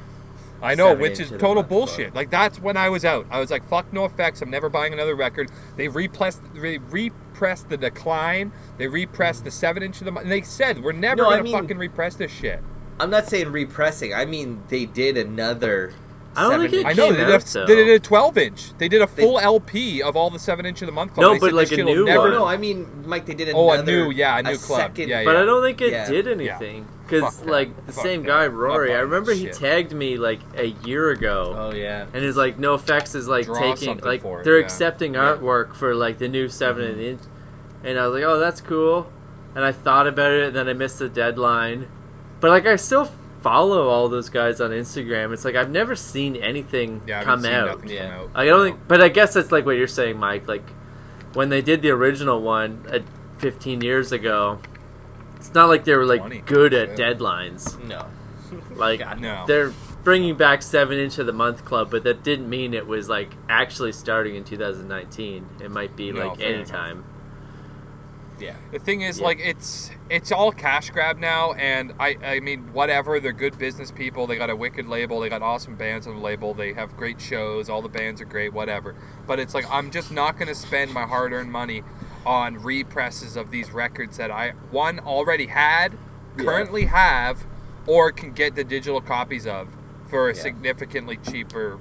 S4: I know,
S2: Seven
S4: which
S2: inch
S4: is
S2: of the
S4: total
S2: black bar.
S4: bullshit. Like that's when I was out. I was like, "Fuck no effects. I'm never buying another record." They repressed, they repressed the decline. They repressed the seven inch of the. mo- And they said, "We're never
S2: No, I
S4: gonna
S2: mean-
S4: fucking repress this shit."
S2: I'm not saying repressing. I mean they did another.
S3: I don't
S2: seven
S3: think it
S2: inch-
S4: I know
S3: came
S4: they did,
S3: out,
S4: a, they
S3: though.
S4: did a twelve inch. They did a
S2: They-
S4: full LP of all the seven inch of the month club.
S3: No,
S4: They
S3: but
S4: said,
S3: like
S4: "This
S3: a
S4: shit will
S3: new
S2: No,
S4: never-
S3: one.
S2: no, I mean like they did another.
S4: Oh, a new- yeah, a new club.
S2: second-
S4: Yeah,
S3: But I don't think it
S2: Yeah.
S3: did
S4: Yeah.
S3: anything because
S4: Fuck that.
S3: like the
S4: Fuck
S3: same
S4: that.
S3: guy
S4: Not
S3: Rory, I
S4: buying
S3: remember
S4: that
S3: he
S4: shit.
S3: tagged me like a year ago.
S2: Oh yeah.
S3: and it's like no effects is like
S4: Draw
S3: taking
S4: something
S3: like
S4: for it,
S3: they're
S4: yeah.
S3: accepting
S4: Yeah. Mm-hmm.
S3: artwork for like the new 7 and inch and i was like oh that's cool and i thought about it and then i missed the deadline but like i still follow all those guys on instagram it's like i've never seen anything
S4: Yeah, I haven't
S3: come
S4: seen
S3: out
S4: nothing
S2: Yeah.
S4: come out.
S3: i don't think but i guess that's like what you're saying mike like when they did the original one at 15 years ago it's not like they were like
S4: 20,
S3: good at
S4: yeah.
S3: deadlines
S2: No.
S3: like
S2: God,
S4: No.
S3: they're bringing back seven inch of the month club, but that didn't mean it was like actually starting in 2019. It might be
S4: No,
S3: like
S4: fair
S3: any
S4: enough.
S3: time.
S2: Yeah.
S4: The thing is,
S3: Yeah.
S4: like, it's it's all cash grab now, and I I mean, whatever. They're good business people. They got a wicked label. They got awesome bands on the label. They have great shows. All the bands are great. Whatever. But it's like I'm just not gonna spend my hard earned money on represses of these records that I one already had, currently have, or can get the digital copies of for a
S2: Yeah.
S4: significantly cheaper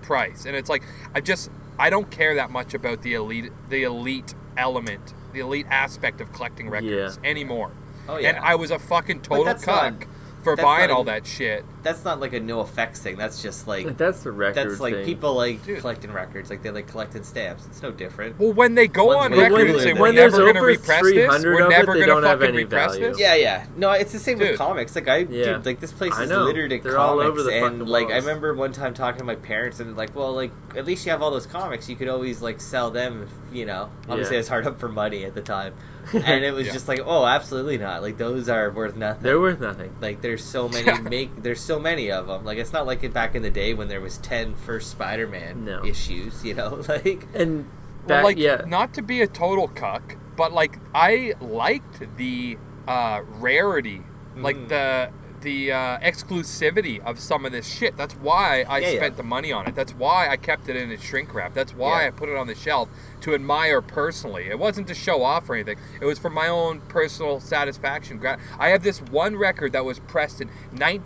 S4: price. And it's like I just I don't care that much about the elite the elite element, the elite aspect of collecting records anymore.
S2: Oh yeah.
S4: And I was a fucking total
S2: that's
S4: cuck
S2: not-
S4: for
S2: that's
S4: buying
S2: not
S4: all
S2: an-
S4: that shit.
S2: that's not like a no effects thing. That's just like
S3: That's the record.
S2: that's like
S3: thing.
S2: people like
S4: Dude.
S2: collecting records. Like they like collected stamps. It's no different.
S4: Well, when they go
S2: Once
S4: on
S2: we- But
S4: record
S2: when-
S4: and say
S2: when
S4: we're
S3: there's
S4: never going to
S3: over
S4: repress this,
S3: 300
S4: we're
S3: of it, they
S4: never going
S3: don't
S4: to
S3: have
S4: fucking
S3: any
S4: repress
S3: value.
S4: this.
S2: Yeah, yeah. No, it's the same
S4: Dude.
S2: with comics. Like I,
S3: Yeah.
S2: dude, like this place
S3: I
S2: is
S3: know.
S2: littered in
S3: They're all
S2: comics.
S3: over the fucking
S2: and like I
S3: walls.
S2: remember one time talking to my parents and like, well, like at least you have all those comics. You could always like sell them. If, you know, obviously
S3: Yeah.
S2: I was hard up for money at the time, and it was
S4: Yeah.
S2: just like, oh, absolutely not. Like those are worth nothing.
S3: they're worth nothing.
S2: like there's so many make there's so many of them. Like it's not like it back in the day when there was 10 first Spider-Man
S3: No.
S2: issues. You know, like
S3: And
S4: Well,
S3: back,
S4: like,
S3: yeah,
S4: not to be a total cuck, but like I liked the uh, rarity, like
S2: Mhm.
S4: the the uh, exclusivity of some of this shit. That's why I
S2: Yeah, yeah.
S4: spent the money on it. That's why I kept it in a shrink wrap. That's why
S2: Yeah.
S4: I put it on the shelf to admire personally. It wasn't to show off or anything. It was for my own personal satisfaction. Gra- I have this one record that was pressed in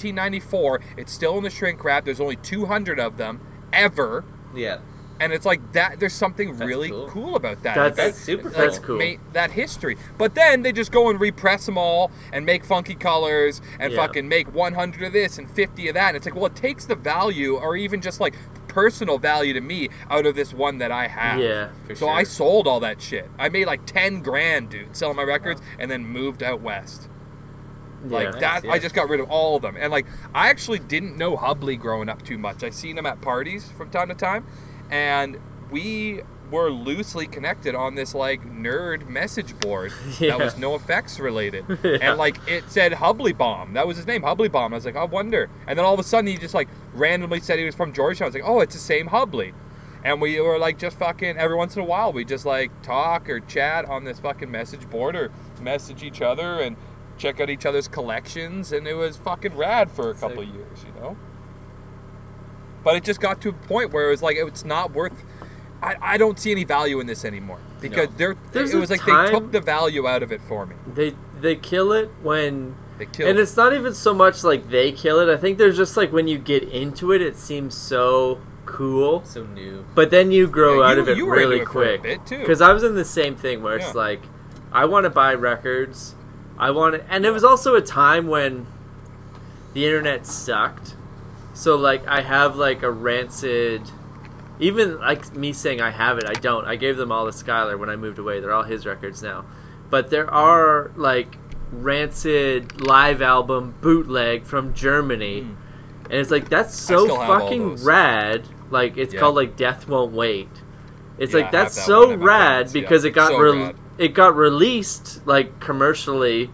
S4: 1994. It's still in the shrink wrap. There's only 200 of them ever
S2: yeah,
S4: and it's like that there's something
S2: That's
S4: really cool.
S2: cool.
S4: about that
S3: That's-
S2: that's super.
S4: Like,
S3: that's
S2: cool.
S3: cool.
S4: ma- that history but then they just go and repress them all and make funky colors and
S3: Yeah.
S4: fucking make 100 of this and 50 of that and it's like well it takes the value or even just like personal value to me out of this one that i have
S3: Yeah,
S2: for
S4: so i
S2: sure.
S4: sold all that shit i made like 10 grand dude selling my records and then moved out west like
S3: yeah.
S2: Nice,
S4: that,
S2: yeah.
S4: I just got rid of all of them. And like, I actually didn't know Hubley growing up too much. I seen him at parties from time to time, and we were loosely connected on this like nerd message board
S3: Yeah.
S4: that was no effects related.
S3: Yeah.
S4: And like, it said Hubley Bomb. That was his name, Hubley Bomb. I was like, I wonder. And then all of a sudden, he just like randomly said he was from Georgetown. I was like, oh, it's the same Hubley. And we were like just fucking every once in a while we just like talk or chat on this fucking message board or message each other and check out each other's collections and it was fucking rad for a couple of years, you know? But it just got to a point where it was like it's not worth I, I don't see any value in this anymore. Because they're
S3: There's
S4: it
S3: a
S4: was like they
S3: time-
S4: took the value out of it for me.
S3: they they kill it when.
S4: They killed
S3: And it's not even so much like they kill it. I think there's just like when you get into it, it seems so cool.
S2: So new.
S3: But then you grow
S4: Yeah,
S3: out
S4: you-
S3: of it
S4: you were
S3: really
S4: into it for a
S3: quick.
S4: bit, too.
S3: Because I was in the same thing where it's
S4: Yeah.
S3: like, I want to buy records. I want to, and it was also a time when the internet sucked. So like I have like a rancid even like me saying I have it, I don't. I gave them all to Skylar when I moved away. They're all his records now. But there are like rancid live album bootleg from Germany. And it's like that's so
S4: Hmm. still have all
S3: fucking
S4: those.
S3: rad. Like it's
S4: Yeah.
S3: called like Death Won't Wait. It's
S4: Yeah, I
S3: like
S4: have
S3: that's
S4: that one
S3: so
S4: in my
S3: rad
S4: box, yeah.
S3: because it got
S4: So
S3: re-
S4: rad.
S3: it got released like commercially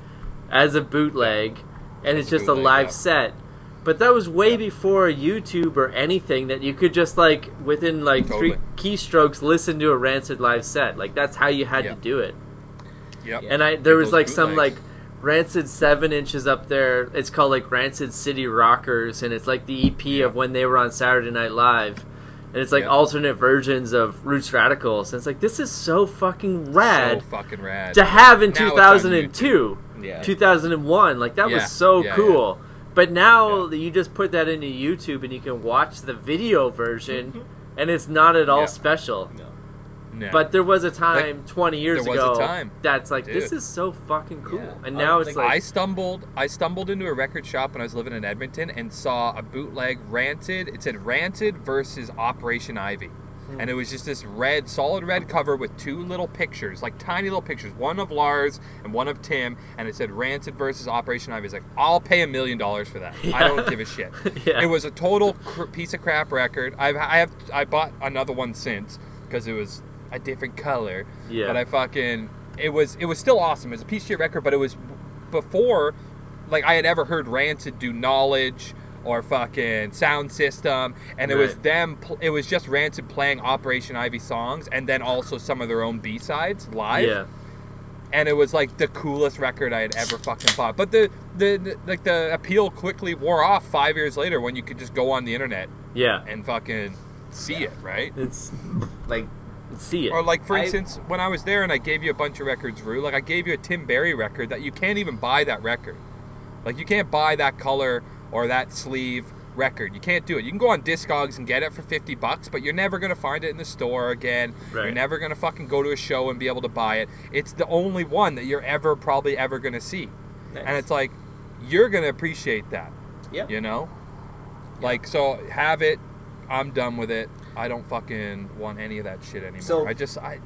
S3: as a bootleg and it's
S4: a
S3: just a
S4: bootleg,
S3: live
S4: yeah.
S3: set. But that was way before YouTube or anything that you could just like within like three
S4: Totally.
S3: keystrokes listen to a rancid live set. Like that's how you had
S4: Yeah.
S3: to do it.
S4: Yep.
S3: And I there
S4: Get
S3: was
S4: those
S3: like some like
S4: bootlegs.
S3: rancid seven inches up there. It's called like Rancid City Rockers, and it's like the EP of when they were on Saturday Night Live. And it's like
S4: Yeah.
S3: alternate versions of Roots Radicals. And it's like this is so fucking rad
S4: So fucking rad.
S3: to have in
S4: Now it's on
S3: 2002.
S2: Yeah.
S3: 2001 like that
S4: Yeah,
S3: was so
S4: yeah,
S3: cool but now
S4: Yeah.
S3: that you just put that into youtube and you can watch the video version and it's not at all
S4: Yeah.
S3: special
S2: No.
S4: No.
S3: but there was a time 20 years
S4: there was a
S3: ago
S4: time.
S3: that's like this
S4: Dude.
S3: is so fucking cool
S2: Yeah.
S3: and
S2: I
S3: now
S2: don't
S3: it's
S2: think
S4: I
S3: like
S4: stumbled I stumbled into a record shop when I was living in Edmonton and saw a bootleg Ranted. It said Ranted versus Operation Ivy.
S3: Hmm.
S4: And it was just this red, solid red cover with two little pictures, like tiny little pictures, one of Lars and one of Tim, and it said Ranted versus Operation Ivy. It's like, I'll pay a million dollars for that. I don't give a shit.
S3: Yeah.
S4: It was a total cr- piece of crap record. I've, I have I bought another one since because it was a different color.
S3: Yeah.
S4: But I fucking it was it was still awesome. It was a piece of shit record, but it was before like I had ever heard Rancid do knowledge or fucking sound system, and it was
S3: Right.
S4: them. Pl- it was just Rancid playing Operation Ivy songs, and then also some of their own B sides live
S3: yeah
S4: and it was like the coolest record I had ever fucking bought. But the, the the like the appeal quickly wore off five years later when you could just go on the internet
S3: yeah
S4: and fucking see it, right?
S3: it's
S2: Like,
S3: see it
S4: Or like for
S2: I-
S4: instance, when I was there and I gave you a bunch of records, Rue, like I gave you a Tim Berry record that you can't even buy that record. Like you can't buy that color or that sleeve record. You can't do it. You can go on Discogs and get it for 50 bucks, but you're never going to find it in the store again. You're
S3: Right.
S4: never going to fucking go to a show and be able to buy it. It's the only one that you're ever probably ever going to see. And
S2: Nice.
S4: it's like you're going to appreciate that,
S2: yep.
S4: you know? Like so have it. I'm done with it. I don't fucking want any of that shit anymore.
S2: So-
S4: I just I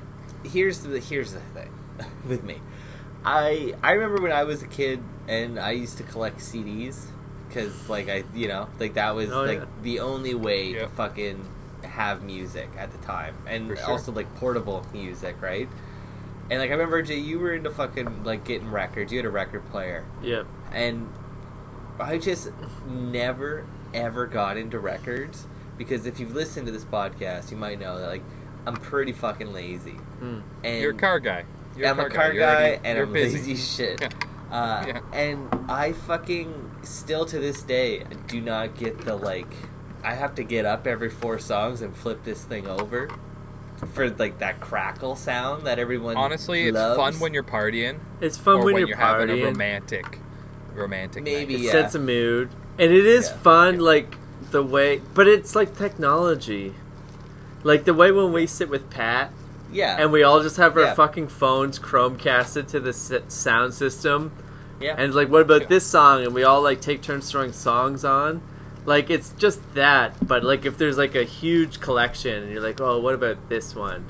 S2: here's the here's the thing with me. I I remember when I was a kid and I used to collect CDs because like I you know like that was
S3: Oh,
S2: like
S3: yeah.
S2: the only way
S4: Yeah.
S2: to fucking have music at the time and
S4: For sure.
S2: also like portable music right. And like I remember Jay, you were into fucking like getting records. You had a record player,
S3: yeah
S2: and I just never ever got into records because if you've listened to this podcast, you might know that like I'm pretty fucking lazy.
S3: Mm.
S2: And
S4: You're a car guy. You're
S2: I'm a car
S4: You're
S2: guy,
S4: already-
S2: and
S4: you're
S2: I'm lazy
S4: busy.
S2: as shit.
S4: Yeah.
S2: Uh,
S4: Yeah.
S2: And I fucking still to this day do not get the like. I have to get up every four songs and flip this thing over for like that crackle sound that everyone
S4: Honestly, it's
S2: loves.
S4: fun when you're partying
S3: it's fun
S4: or
S3: when,
S4: when
S3: you're,
S4: you're having a
S3: partying
S4: romantic, romantic. night.
S2: Maybe.
S3: it
S2: Yeah.
S3: sets a mood and it is
S2: Yeah.
S3: fun like the way but it's like technology like the way when we sit with pat
S2: yeah
S3: and we all just have our
S2: Yeah.
S3: fucking phones chromecasted to the s- sound system
S2: yeah
S3: and like what about
S4: Yeah.
S3: this song and we all like take turns throwing songs on like it's just that but like if there's like a huge collection and you're like oh what about this one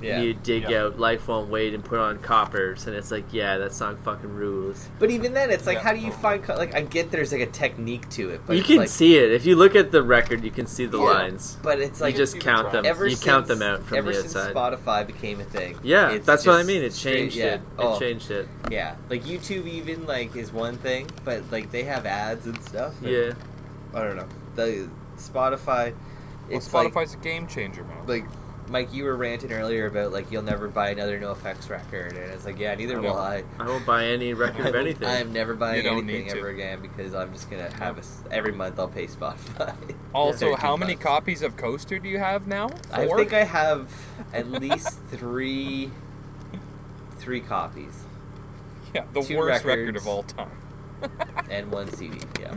S2: yeah.
S3: and you dig
S4: Yeah.
S3: out life won't wait and put on coppers and it's like yeah that song fucking rules
S2: But even then, it's like
S4: Yeah.
S2: how do you find co- like I get there's like a technique to it, but
S3: you
S2: it's
S3: can
S2: like,
S3: see it if you look at the record you can see the
S2: Yeah.
S3: lines
S2: But it's like
S3: you just count them
S2: ever
S3: you
S2: since,
S3: count them out from
S2: ever
S3: the
S2: since
S3: outside
S2: Spotify became a thing.
S3: yeah
S2: it's
S3: that's what i
S2: just
S3: mean it
S2: straight-
S3: changed
S2: yeah.
S3: it
S2: Oh,
S3: it changed it
S2: Yeah, like YouTube even like is one thing, but like they have ads and stuff. and-
S3: yeah
S2: I don't know. The Spotify,
S4: Well,
S2: it's like
S4: Spotify's a game changer, man.
S2: like Mike, you were ranting earlier about like you'll never buy another NoFX record, and it's like yeah, neither
S4: I
S2: will
S4: know.
S2: I.
S3: I won't buy any record of anything.
S2: I am never buying
S4: You don't
S2: anything
S4: need to.
S2: ever again because I'm just gonna have a s every month I'll pay Spotify.
S4: also,
S2: 13
S4: how many
S2: bucks.
S4: copies of Coaster do you have now?
S2: I
S4: Four?
S2: think I have at least three, three copies
S4: yeah, the
S2: two
S4: worst record
S2: records.
S4: of all time.
S2: and one CD. Yeah.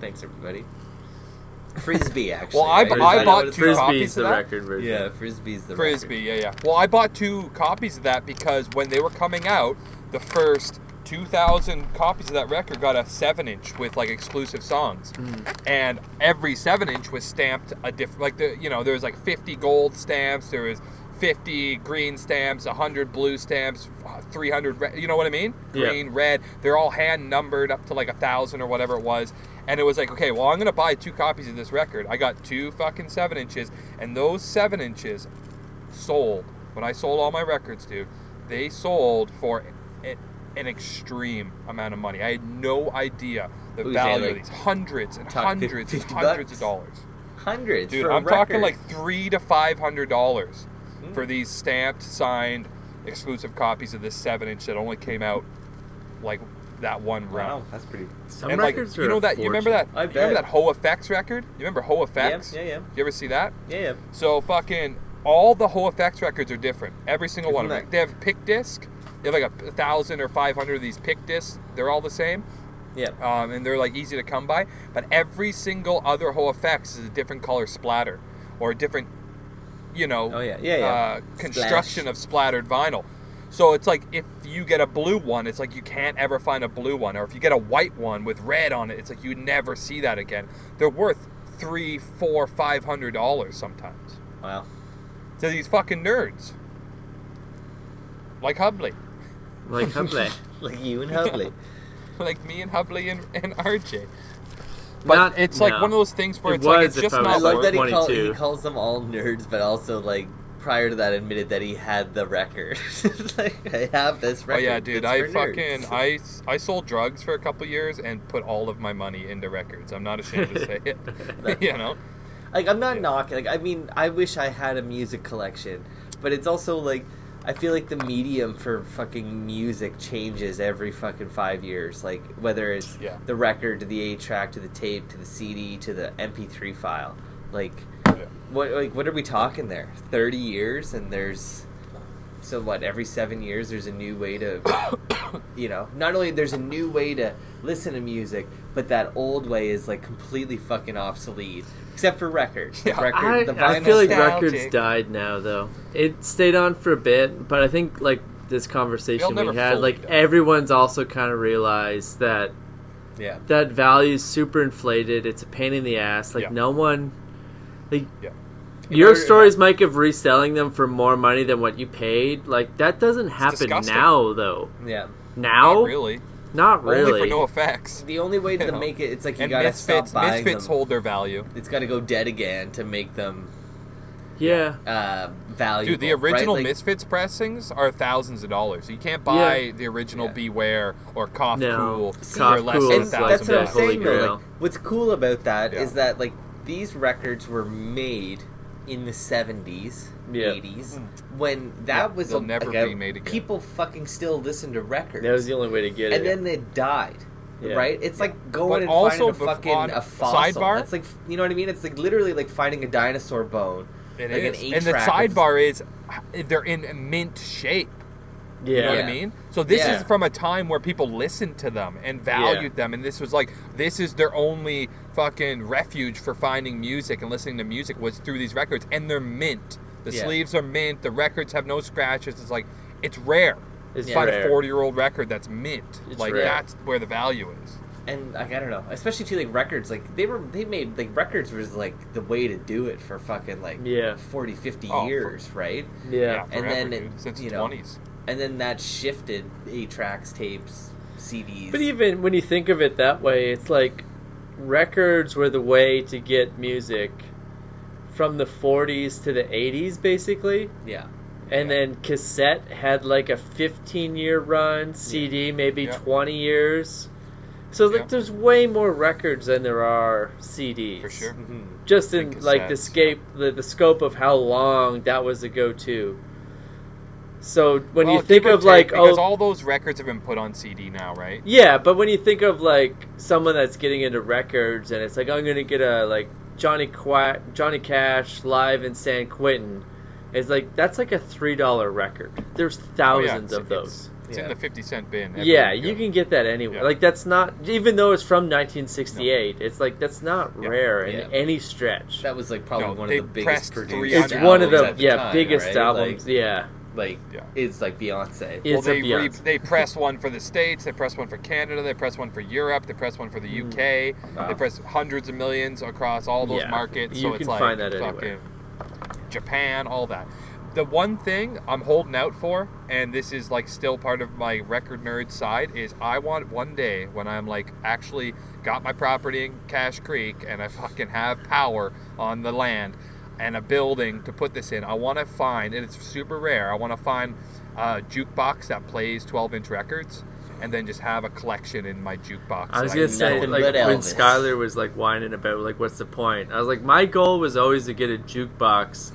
S2: Thanks everybody. Frisbee actually.
S4: Well, I
S2: right?
S4: bu-
S2: Is
S4: I
S2: that
S4: bought
S2: what it's
S4: two
S2: called?
S4: copies
S3: Frisbee's the
S4: of that?
S3: record version.
S2: Yeah, frisbee's the record.
S4: Frisbee, yeah, yeah. Well, I bought two copies of that because when they were coming out, the first 2,000 copies of that record got a 7 inch with like exclusive songs.
S2: Hmm.
S4: And every 7 inch was stamped a different, like, the, you know, there was like 50 gold stamps, there was 50 green stamps, 100 blue stamps, 300, red, you know what I mean?
S3: Yeah.
S4: Green, red. They're all hand numbered up to like a 1,000 or whatever it was. And it was like, okay, well, I'm going to buy two copies of this record. I got two fucking 7 inches, and those 7 inches sold when I sold all my records, dude. They sold for a, an extreme amount of money. I had no idea the
S2: What was that,
S4: value of
S2: like,
S4: these hundreds and
S2: talk
S4: hundreds and
S2: 50
S4: hundreds
S2: bucks?
S4: of dollars.
S2: Hundreds.
S4: Dude,
S2: for a
S4: I'm talking
S2: record. Hmm.
S4: like three to five hundred dollars for these stamped, signed, exclusive copies of this seven inch that only came out like that one round.
S2: Wow, that's pretty.
S3: Some
S4: and like
S3: records
S4: you
S3: are
S4: know
S3: a
S4: that you remember that
S3: fortune.
S2: I
S4: you remember
S2: bet.
S4: that Ho Effects record? You remember Ho Effects?
S2: yeah, yeah.
S4: You ever see that?
S2: Yeah, yeah.
S4: So fucking all the whole effects records are different. Every single one of
S2: Isn't that-
S4: them. They have pick disc. They have like a thousand or five hundred of these pick discs. They're all the same,
S2: yeah.
S4: um, and they're like easy to come by. But every single other whole effects is a different color splatter, or a different, you know,
S2: Oh, yeah. Yeah, yeah.
S4: Uh, construction of splattered vinyl. So it's like if you get a blue one, it's like you can't ever find a blue one, or if you get a white one with red on it, it's like you never see that again. They're worth three, four, five hundred dollars sometimes
S2: Wow.
S4: to these fucking nerds. Like Hubley.
S3: Like Hubley.
S2: Like you and Hubley.
S4: Like me and Hubley and, and RJ. But
S3: Not-
S4: it's like
S3: no.
S4: one of those things where
S3: It
S4: it's like
S3: was
S4: it's
S3: if
S4: just
S3: I was
S2: I
S4: not
S3: like
S2: love
S4: worth
S2: that
S4: it.
S2: he, call,
S3: 22.
S2: he calls them all nerds, but also like prior to that admitted that he had the record. It's like I have this
S4: Oh
S2: record.
S4: yeah, dude!
S2: It's
S4: I
S2: for
S4: fucking
S2: nerds.
S4: I, I sold drugs for a couple years and put all of my money into records. I'm not ashamed to say it. you know,
S2: like I'm not knocking. Like I mean, I wish I had a music collection, but it's also like I feel like the medium for fucking music changes every fucking five years. Like whether it's
S4: Yeah.
S2: the record to the eight track to the tape to the CD to the MP3 file. Like
S4: Yeah.
S2: what? Like what are we talking there? Thirty years, and there's so what? Every seven years, there's a new way to you know not only there's a new way to listen to music but that old way is like completely fucking obsolete except for records the
S4: Yeah.
S2: record
S3: I,
S2: the vinyl
S3: I feel like
S4: nostalgic.
S3: records died now, though. It stayed on for a bit, but I think like this conversation
S4: never
S3: we had,
S4: fully
S3: like
S4: die.
S3: everyone's also kind of realized that
S2: yeah
S3: that value's super inflated. It's a pain in the ass. Like
S4: Yeah.
S3: no one, like
S4: Yeah.
S3: your
S2: order to-
S3: stories, Mike, of reselling them for more money than what you paid. Like that doesn't happen
S4: disgusting.
S3: now, though.
S2: yeah
S3: Now,
S4: Not really.
S3: Not really.
S4: Only for no effects.
S2: the only way to
S4: You know,
S2: make it it's like you
S4: and
S2: gotta
S4: misfits,
S2: stop buying
S4: misfits
S2: them
S4: hold their value.
S2: it's gotta go dead again to make them
S3: yeah.
S2: uh valuable
S4: Dude, the original
S2: right? Like,
S4: Misfits pressings are thousands of dollars. You can't buy
S3: Yeah.
S4: the original
S2: Yeah.
S4: Beware or Cough
S3: No.
S4: Cool
S3: Cough
S4: for less
S3: Cool
S4: than a
S2: and
S3: is like
S4: thousand
S2: that's what i'm
S3: the holy
S4: dollars.
S2: saying though
S3: grail.
S2: like, what's cool about that is
S4: Yeah.
S2: that like these records were made in the 70s
S3: Yeah.
S2: 80s
S4: Hmm.
S2: when that was
S4: they'll
S2: a,
S4: never
S2: like, a-
S4: be made again.
S2: people fucking still listened to records
S3: That was the only way to get
S2: and
S3: it.
S2: then they died.
S3: Yeah.
S2: Right? It's like going
S4: But
S2: and finding
S4: also
S2: a
S4: bef-
S2: fucking
S4: on
S2: a fossil.
S4: sidebar-
S2: It's like you know what I mean? It's like literally like finding a dinosaur bone.
S4: It
S2: like
S4: is.
S2: an eight
S4: And the
S2: track of-
S4: sidebar is they're in mint shape.
S3: yeah.
S4: You know what I
S2: Yeah.
S4: mean? So this
S2: Yeah.
S4: is from a time where people listened to them and valued them, and this was like this is their only fucking refuge for finding music and listening to music was through these records, and they're mint. The
S2: Yeah.
S4: sleeves are mint. The records have no scratches. It's like it's rare.
S3: It's
S4: It's find
S3: rare.
S4: a forty-year-old record that's mint.
S3: It's
S4: like
S3: rare.
S4: that's where the value is.
S2: And like I don't know, especially too like records. Like they were they made like records was like the way to do it for fucking like
S3: Yeah.
S2: 40, 50
S4: Oh, for-
S2: years, right?
S3: Yeah.
S4: forever,
S2: then it-
S4: dude, since
S2: you know,
S4: twenties.
S2: And then that shifted eight tracks, tapes, CDs.
S3: But even when you think of it that way, it's like records were the way to get music from the 40s to the 80s, basically.
S2: yeah,
S3: And
S4: Yeah.
S3: then cassette had like a 15 year run, CD maybe
S4: Yeah.
S3: 20 years. So like,
S4: Yeah.
S3: there's way more records than there are CDs.
S4: For sure.
S2: Mhm.
S3: Just
S4: And
S3: in like the
S4: cassettes,
S3: scape, the, the scope of how long that was the go to. So when
S4: Well,
S3: you think
S4: give or
S3: of
S4: take,
S3: like
S4: because
S3: oh
S4: all those records have been put on CD now, right?
S3: Yeah, but when you think of like someone that's getting into records and it's like "Oh, I'm gonna get a like Johnny Qua- Johnny Cash live in San Quentin, it's like that's like a three dollar record.
S4: Oh,
S3: There's thousands
S4: it's-
S3: of those.
S4: It's in
S2: Yeah.
S4: the fifty-cent bin. everywhere
S3: Yeah,
S4: you
S3: you
S4: go.
S3: can get that anywhere.
S4: Yeah.
S3: Like that's not even though it's from 1968, it's like that's not
S4: Yeah.
S3: rare in
S2: Yeah.
S3: any stretch.
S2: that was like probably
S4: No,
S2: one
S4: they
S2: of the biggest
S4: pressed
S2: produced.
S4: three
S3: It's
S4: on
S3: one of
S2: albums
S3: the
S2: at
S3: yeah
S2: time,
S3: biggest
S2: right?
S3: albums.
S2: Like,
S3: yeah,
S2: like
S4: Yeah.
S2: is like Beyonce.
S4: Well,
S3: It's
S4: they,
S3: a
S4: re-
S3: Beyonce.
S4: they press one for the States, they press one for Canada, they press one for Europe, they press one for
S3: Mm.
S4: the UK,
S2: Wow.
S4: they press hundreds of millions across all those
S3: Yeah,
S4: markets.
S3: you
S4: so it's
S3: can
S4: like
S3: find that
S4: fucking
S3: anywhere.
S4: Japan, all that. The one thing I'm holding out for, and this is like still part of my record nerd side, is I want one day when I'm like actually got my property in Cash Creek and I fucking have power on the land and a building to put this in. I want to find, and it's super rare. I want to find a jukebox that plays 12-inch records, and then just have a collection in my jukebox.
S3: I was
S4: that
S3: gonna
S4: can
S3: say
S2: nothing
S3: like
S2: but
S3: when
S2: Elvis.
S3: Skylar was like whining about like what's the point? I was like my goal was always to get a jukebox,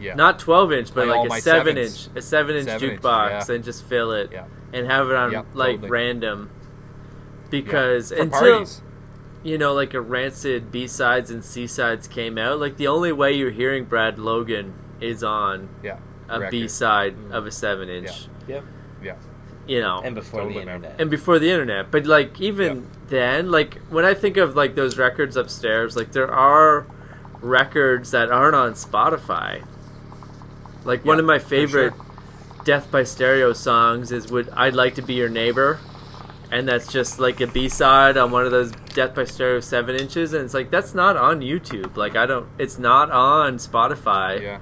S4: Yeah.
S3: not twelve inch, but
S4: Like all
S3: like,
S4: my
S3: a seven
S4: sevens.
S3: inch, a seven inch
S4: Seven inch,
S3: jukebox,
S4: yeah.
S3: and just fill it
S4: Yeah.
S3: and have it on
S4: Yeah,
S3: like
S4: totally.
S3: random
S4: Yeah.
S3: because
S4: For
S3: until
S4: parties.
S3: you know like a rancid B sides and C sides came out, like the only way you're hearing Brad Logan is on
S4: Yeah.
S3: a
S4: record. Mm-hmm.
S3: B side of a seven inch,
S2: Yep.
S4: Yeah.
S3: you know,
S2: And before
S4: Totally,
S2: the
S4: man.
S2: internet.
S3: and before the internet but like even then like when i think of like those records upstairs like there are records that aren't on spotify like one
S4: Yeah,
S3: of my
S4: for
S3: favorite
S4: sure.
S3: death by stereo songs is would i'd like to be your neighbor and that's just like a b-side on one of those death by stereo seven inches and it's like that's not on youtube like i don't it's not on spotify
S4: Yeah.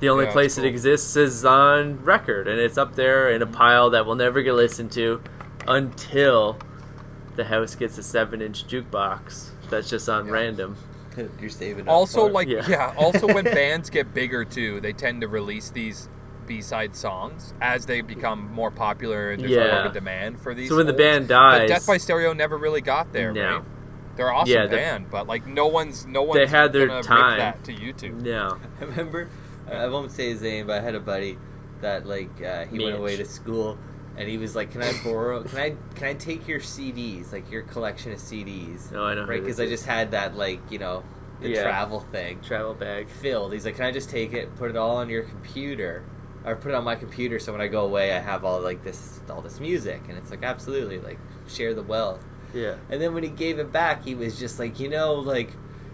S3: the only
S4: Yeah, it's
S3: place
S4: cool.
S3: it exists is on record, and it's up there in a pile that will never get listened to until the house gets a seven-inch jukebox that's just on
S4: Yeah.
S3: random.
S2: You're saving. up
S4: also
S2: for it.
S4: like yeah.
S3: Yeah.
S4: also when bands get bigger too they tend to release these b-side songs as they become more popular and there's more
S3: Yeah.
S4: of a demand for these
S3: So when the
S4: olds.
S3: band
S4: but
S3: dies,
S4: death by stereo never really got there
S3: No.
S4: right they're an awesome
S3: Yeah, the-
S4: band but like no one's no one's
S3: They had their
S4: gonna rip
S3: time.
S4: that to youtube
S3: no,
S2: I remember, I won't say his name, but I had a buddy that like uh, he
S3: Mitch.
S2: went away to school, and he was like, "Can I borrow? Can I can I take your CDs, like your collection of CDs?
S3: no, I don't.
S2: right?
S3: who
S2: Because
S3: this
S2: I just had that like you know the
S3: Yeah.
S2: travel thing
S3: is. travel bag.
S2: filled. He's like, "Can I just take it, put it all on your computer, or put it on my computer? So when I go away, I have all like this all this music." And it's like, absolutely, like share the wealth.
S3: Yeah,
S2: And then when he gave it back, he was just like, you know, like